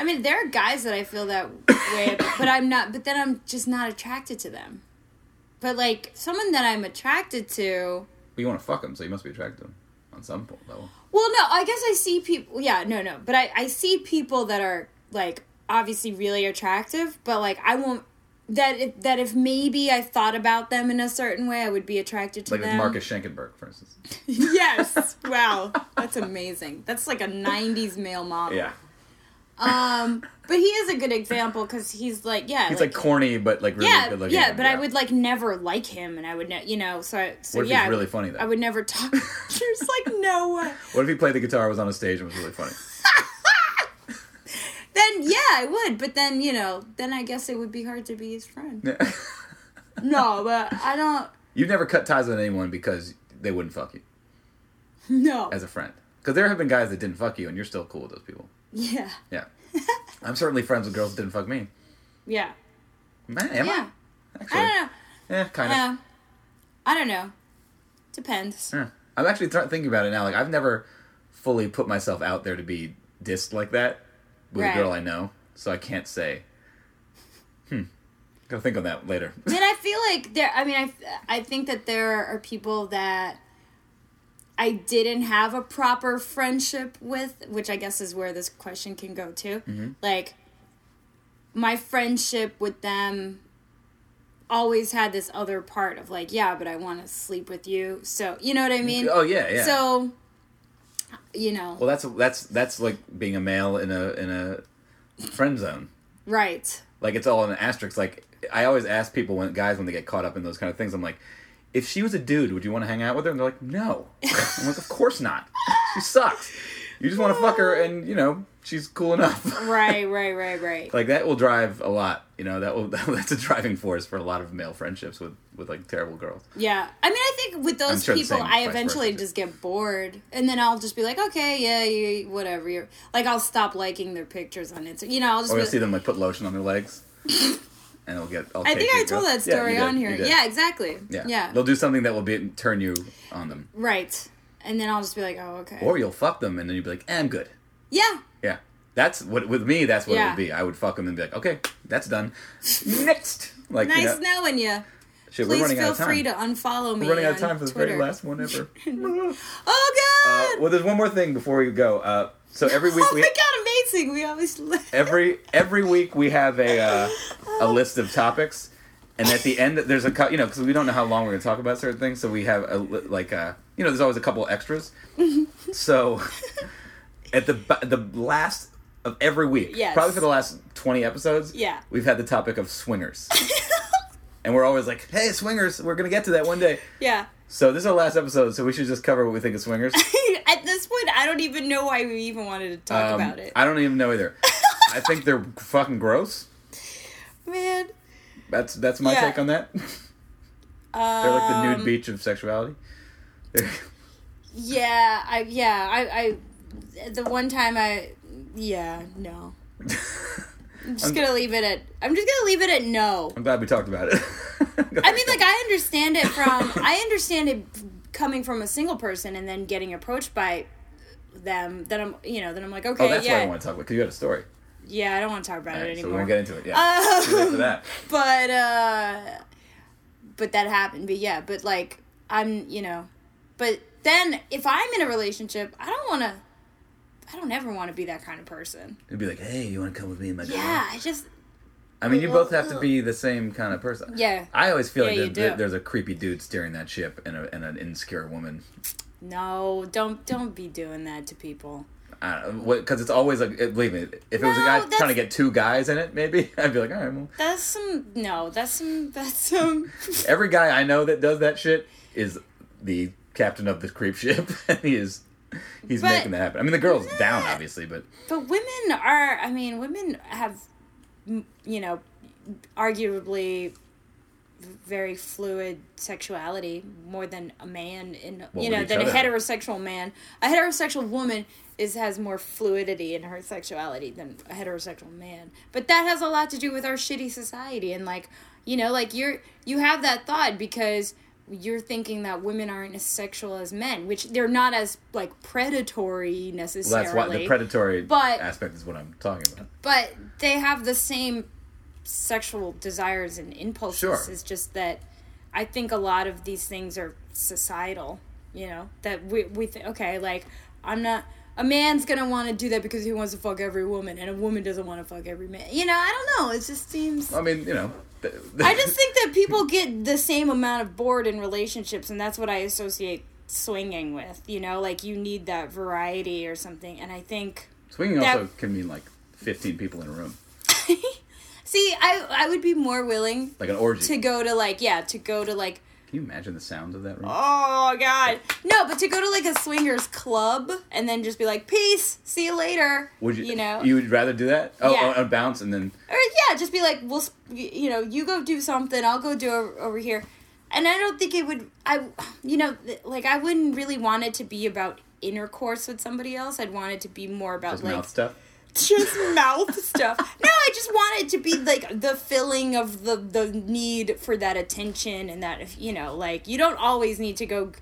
Speaker 2: I mean, there are guys that I feel that way, but I'm not. But then I'm just not attracted to them. But like someone that I'm attracted to,
Speaker 1: but you want to fuck them, so you must be attracted to them on some point level.
Speaker 2: well, no, I guess I see people. Yeah, no, no, but I I see people that are like obviously really attractive, but like I won't. That if, that if maybe I thought about them in a certain way, I would be attracted to
Speaker 1: Like
Speaker 2: them.
Speaker 1: with Marcus Schenkenberg, for instance.
Speaker 2: yes. Wow. That's amazing. That's like a '90s male model.
Speaker 1: Yeah.
Speaker 2: Um, but he is a good example because he's like, yeah,
Speaker 1: He's like, corny, but like really
Speaker 2: yeah,
Speaker 1: good looking.
Speaker 2: yeah, but I would like never like him, and I would ne- you know, so I, so
Speaker 1: What if
Speaker 2: yeah,
Speaker 1: he's
Speaker 2: I
Speaker 1: really
Speaker 2: would-
Speaker 1: funny though?
Speaker 2: I would never talk. There's like no way.
Speaker 1: What if he played the guitar, was on a stage, and was really funny?
Speaker 2: Then yeah, I would, but then you know, then I guess it would be hard to be his friend. No, but I don't.
Speaker 1: You've never cut ties with anyone because they wouldn't fuck you
Speaker 2: No.
Speaker 1: as a friend. Because there have been guys that didn't fuck you, and you're still cool with those people.
Speaker 2: Yeah.
Speaker 1: Yeah. I'm certainly friends with girls that didn't fuck me.
Speaker 2: Yeah.
Speaker 1: Am I? Am I?
Speaker 2: Yeah.
Speaker 1: Actually, Eh,
Speaker 2: I don't know.
Speaker 1: yeah, kind of.
Speaker 2: Yeah. I don't know. Depends.
Speaker 1: Yeah. I'm Eh. actually th- thinking about it now. Like I've never fully put myself out there to be dissed like that with
Speaker 2: Right.
Speaker 1: a girl I know, so I can't say. Hmm. Gotta think on that later.
Speaker 2: I mean, I feel like there. I mean, I I think that there are people that I didn't have a proper friendship with, which I guess is where this question can go to.
Speaker 1: Mm-hmm.
Speaker 2: Like, my friendship with them always had this other part of like, yeah, but I want to sleep with you. So you know what I mean?
Speaker 1: oh yeah, yeah.
Speaker 2: So, you know,
Speaker 1: well, that's that's that's like being a male in a in a friend zone.
Speaker 2: right?
Speaker 1: Like it's all an asterisk. Like I always ask people when guys when they get caught up in those kind of things, I'm like, if she was a dude, would you want to hang out with her? And they're like, no. I'm like, of course not. She sucks. You just want to fuck her, and you know she's cool enough.
Speaker 2: Right, right, right, right.
Speaker 1: like that will drive a lot you know that will that's a driving force for a lot of male friendships with with like terrible girls
Speaker 2: Yeah. I mean, I think with those
Speaker 1: sure the
Speaker 2: people,
Speaker 1: same
Speaker 2: I
Speaker 1: vice
Speaker 2: eventually
Speaker 1: versa.
Speaker 2: just get bored. And then I'll just be like, okay, yeah, you, whatever. You're, like, I'll stop liking their pictures on Instagram. You know, I'll just
Speaker 1: or
Speaker 2: be
Speaker 1: Oh, you'll see
Speaker 2: like,
Speaker 1: them like put lotion on their legs and it'll get I'll
Speaker 2: I think I told that story on here. Yeah, exactly.
Speaker 1: yeah
Speaker 2: Yeah.
Speaker 1: they'll do something that will be turn you on them
Speaker 2: Right. And then I'll just be like, oh, okay.
Speaker 1: or you'll fuck them and then you'll be like eh, i'm good
Speaker 2: yeah.
Speaker 1: yeah that's what with me that's what it
Speaker 2: Yeah.
Speaker 1: would be i would fuck them and be like okay that's done next like you
Speaker 2: Nice
Speaker 1: know,
Speaker 2: knowing you.
Speaker 1: Shit, we're
Speaker 2: Please
Speaker 1: running out
Speaker 2: feel
Speaker 1: of time.
Speaker 2: free to unfollow me.
Speaker 1: We're running out of
Speaker 2: on
Speaker 1: time for the
Speaker 2: Twitter.
Speaker 1: very last one ever.
Speaker 2: Oh
Speaker 1: Uh,
Speaker 2: god!
Speaker 1: well, there's one more thing before we go. Uh, so every week
Speaker 2: oh
Speaker 1: we
Speaker 2: my god! Amazing. We always.
Speaker 1: every every week we have a uh, a list of topics, and at the end there's a cou- you know because we don't know how long we're gonna talk about certain things, so we have a li- like uh you know there's always a couple extras. so at the bu- the last of every week,
Speaker 2: Yes.
Speaker 1: probably for the last twenty episodes,
Speaker 2: Yeah.
Speaker 1: we've had the topic of swingers, and we're always like, hey, swingers, we're gonna get to that one day.
Speaker 2: yeah.
Speaker 1: So this is our last episode, so we should just cover what we think of swingers.
Speaker 2: At this point, I don't even know why we even wanted to talk
Speaker 1: Um,
Speaker 2: about it.
Speaker 1: I don't even know either. I think they're fucking gross.
Speaker 2: Man.
Speaker 1: That's that's my
Speaker 2: Yeah.
Speaker 1: take on that.
Speaker 2: Um,
Speaker 1: They're like the nude beach of sexuality. They're-
Speaker 2: Yeah, I yeah, I, I the one time I yeah, no. I'm just
Speaker 1: I'm-
Speaker 2: gonna leave it at I'm just gonna leave it at no.
Speaker 1: I'm glad we talked about it.
Speaker 2: I mean like I understand it from I understand it coming from a single person and then getting approached by them then I'm you know, then I'm like, okay,
Speaker 1: oh, that's
Speaker 2: yeah.
Speaker 1: what I want to talk about because you had a story.
Speaker 2: Yeah, I don't want to talk about
Speaker 1: All
Speaker 2: it
Speaker 1: right, so we
Speaker 2: anymore.
Speaker 1: won't get into it. Yeah,
Speaker 2: Uh,
Speaker 1: Too late for that.
Speaker 2: but uh but that happened but yeah but like i'm you know but then if i'm in a relationship i don't want to i don't ever want to be that kind of person
Speaker 1: It'd be like, hey, you want to come with me and my girl?
Speaker 2: yeah i just
Speaker 1: I mean, you both have to be the same kind of person.
Speaker 2: Yeah.
Speaker 1: I always feel
Speaker 2: Yeah,
Speaker 1: like
Speaker 2: you
Speaker 1: there- there-
Speaker 2: do.
Speaker 1: there's a creepy dude steering that ship and, a, and an insecure woman.
Speaker 2: no don't don't be doing that to people
Speaker 1: I don't know. Because it's always like, it- believe me, if it was a
Speaker 2: No,
Speaker 1: guy
Speaker 2: that's-
Speaker 1: trying to get two guys in it, maybe, I'd be like, all right, well.
Speaker 2: that's some no that's some that's some
Speaker 1: Every guy I know that does that shit is the captain of the creep ship, and he is he's
Speaker 2: But-
Speaker 1: making that happen. I mean, the girl's down obviously, but
Speaker 2: but women are i mean women have m- you know arguably very fluid sexuality more than a man in you
Speaker 1: with
Speaker 2: know
Speaker 1: each
Speaker 2: than a
Speaker 1: other.
Speaker 2: heterosexual man a heterosexual woman is has more fluidity in her sexuality than a heterosexual man but that has a lot to do with our shitty society and like you know like you're you have that thought because you're thinking that women aren't as sexual as men which they're not as like predatory necessarily
Speaker 1: that's why the predatory
Speaker 2: But-
Speaker 1: aspect is what I'm talking about.
Speaker 2: but they have the same sexual desires and impulses.
Speaker 1: Sure.
Speaker 2: It's just that I think a lot of these things are societal. You know that we we think okay, like I'm not a man's gonna want to do that because he wants to fuck every woman, and a woman doesn't want to fuck every man. You know, I don't know. It just seems.
Speaker 1: I mean, you know, th-
Speaker 2: I just think that people get the same amount of bored in relationships, and that's what I associate swinging with. You know, like you need that variety or something. And I think
Speaker 1: swinging
Speaker 2: that-
Speaker 1: also can mean like 15 people in a room,
Speaker 2: See, I I would be more willing
Speaker 1: like an orgy.
Speaker 2: to go to like yeah to go to like
Speaker 1: can you imagine the sounds of that room?
Speaker 2: oh god no, but to go to like a swingers club and then just be like peace, see you later.
Speaker 1: would you?
Speaker 2: you know
Speaker 1: you would rather do that? Oh,
Speaker 2: Yeah.
Speaker 1: on, on bounce and then
Speaker 2: or yeah just be like we'll sp- y- you know you go do something I'll go do over, over here, and I don't think it would I you know th- like I wouldn't really want it to be about intercourse with somebody else. I'd want it to be more about
Speaker 1: just
Speaker 2: like
Speaker 1: mouth stuff.
Speaker 2: just mouth stuff. No, I just want it to be like the filling of the the need for that attention and that you know, like you don't always need to go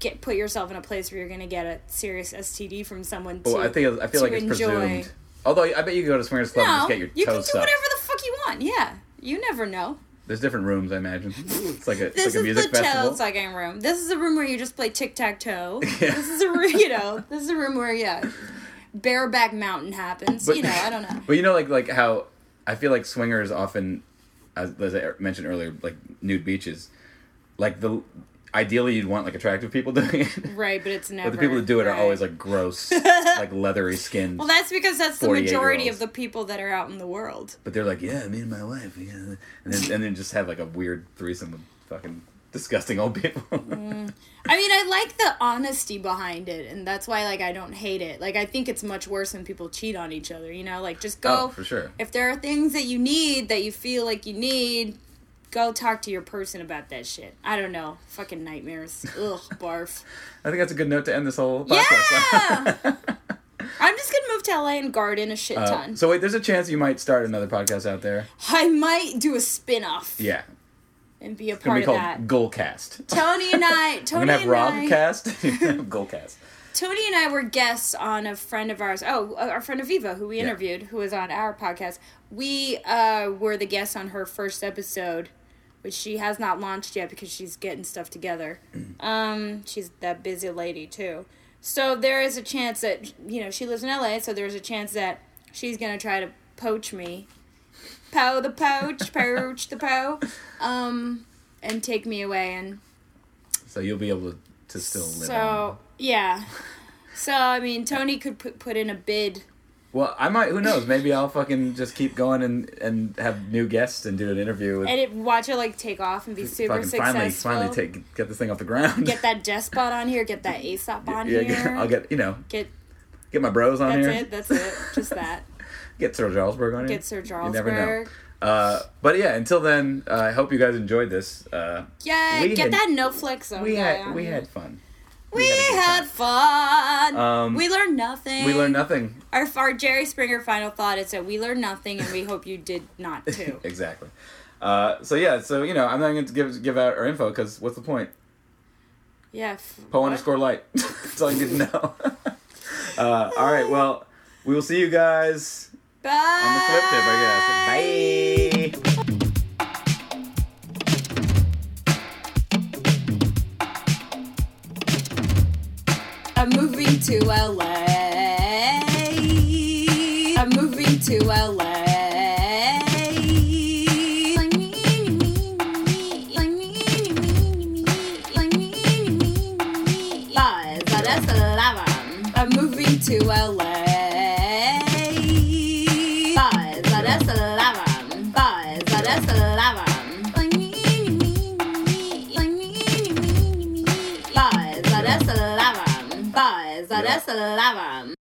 Speaker 2: get put yourself in a place where you're gonna get a serious STD from someone. To,
Speaker 1: Well, Oh, I think I feel
Speaker 2: to
Speaker 1: like it's
Speaker 2: enjoy.
Speaker 1: presumed. Although I bet you could go to swingers club and
Speaker 2: No,
Speaker 1: just get your
Speaker 2: you can do
Speaker 1: toes sucked.
Speaker 2: whatever the fuck you want. Yeah, you never know.
Speaker 1: There's different rooms, I imagine. It's like a it's
Speaker 2: This
Speaker 1: like a
Speaker 2: is
Speaker 1: music
Speaker 2: the
Speaker 1: festival.
Speaker 2: toe sucking room. This is a room where you just play tic tac toe.
Speaker 1: Yeah.
Speaker 2: This is a room, you know. This is a room where yeah, bareback mountain happens. you know, I don't know.
Speaker 1: But you know, like like how I feel like swingers often, as, as I mentioned earlier, like nude beaches, like the ideally you'd want like attractive people doing it,
Speaker 2: Right, but it's never.
Speaker 1: but the people that do it are
Speaker 2: right.
Speaker 1: always like gross, like leathery skinned.
Speaker 2: Well, that's because that's the
Speaker 1: 48
Speaker 2: majority
Speaker 1: year-olds.
Speaker 2: of the people that are out in the world.
Speaker 1: but they're like, yeah, me and my wife, yeah, and then and then just have like a weird threesome with fucking disgusting old people.
Speaker 2: Mm, I mean, I like the honesty behind it, and that's why like I don't hate it. Like I think it's much worse when people cheat on each other. You know, like just go
Speaker 1: oh, for sure.
Speaker 2: If there are things that you need that you feel like you need, go talk to your person about that shit. I don't know, fucking nightmares. Ugh, barf.
Speaker 1: I think that's a good note to end this whole podcast.
Speaker 2: Yeah. I'm just gonna move to LA and garden a shit
Speaker 1: Uh,
Speaker 2: ton.
Speaker 1: so wait, there's a chance you might start another podcast out there.
Speaker 2: I might do a spin off
Speaker 1: Yeah,
Speaker 2: and be a
Speaker 1: it's gonna
Speaker 2: part
Speaker 1: be
Speaker 2: of
Speaker 1: called
Speaker 2: that.
Speaker 1: Goalcast.
Speaker 2: Tony and I,
Speaker 1: I'm
Speaker 2: Tony
Speaker 1: gonna have
Speaker 2: and I,
Speaker 1: Rob cast, You're gonna have Goalcast.
Speaker 2: Tony and I were guests on a friend of ours. Oh, our friend Aviva, who we uh, interviewed, who was on our podcast. We uh, were the guests on her first episode which she has not launched yet because she's getting stuff together. Um, she's that busy lady too. So there is a chance that you know she lives in LA, so there's a chance that she's gonna try to poach me, pow the poach, poach the pow, um, and take me away. And
Speaker 1: So you'll be able to, to still live. on.
Speaker 2: so yeah, so I mean Tony could put put in a bid.
Speaker 1: Well, I might. Who knows? Maybe I'll fucking just keep going and and have new guests and do an interview with.
Speaker 2: and it watch it like take off and be super
Speaker 1: fucking
Speaker 2: successful.
Speaker 1: finally, finally take get this thing off the ground.
Speaker 2: get that Despot on here, get that Aesop on
Speaker 1: yeah,
Speaker 2: here.
Speaker 1: I'll get you know
Speaker 2: Get-
Speaker 1: get my bros on
Speaker 2: that's
Speaker 1: here.
Speaker 2: it, that's it, just that.
Speaker 1: Get Sir Charlesburg on here.
Speaker 2: Get Sir
Speaker 1: You
Speaker 2: Charles
Speaker 1: never know. Uh, but yeah, until then, uh, I hope you guys enjoyed this. Uh,
Speaker 2: Yeah,
Speaker 1: We
Speaker 2: get
Speaker 1: had-
Speaker 2: that no flex on.
Speaker 1: we
Speaker 2: guy
Speaker 1: had
Speaker 2: on
Speaker 1: we
Speaker 2: here.
Speaker 1: had fun.
Speaker 2: we,
Speaker 1: had a good
Speaker 2: had fun.
Speaker 1: Um,
Speaker 2: we learned nothing.
Speaker 1: We learned nothing
Speaker 2: Our, our Jerry Springer final thought is that we learned nothing, and we hope you did not too.
Speaker 1: exactly. Uh, so yeah, so you know, I'm not going to give give out our info because what's the point?
Speaker 2: yeah. F-
Speaker 1: Poe
Speaker 2: what?
Speaker 1: underscore light. That's all you need to know. uh, all right, well, we will see you guys
Speaker 2: Bye.
Speaker 1: on the flip tip, I guess. Bye.
Speaker 2: I'm moving to LA. I'm moving to LA. I'm moving to LA. Bye, Zaressa Lavam. Bye, Zaressa Lavam. Bye, Zaressa Lavam. Bye, Zaressa Lavam.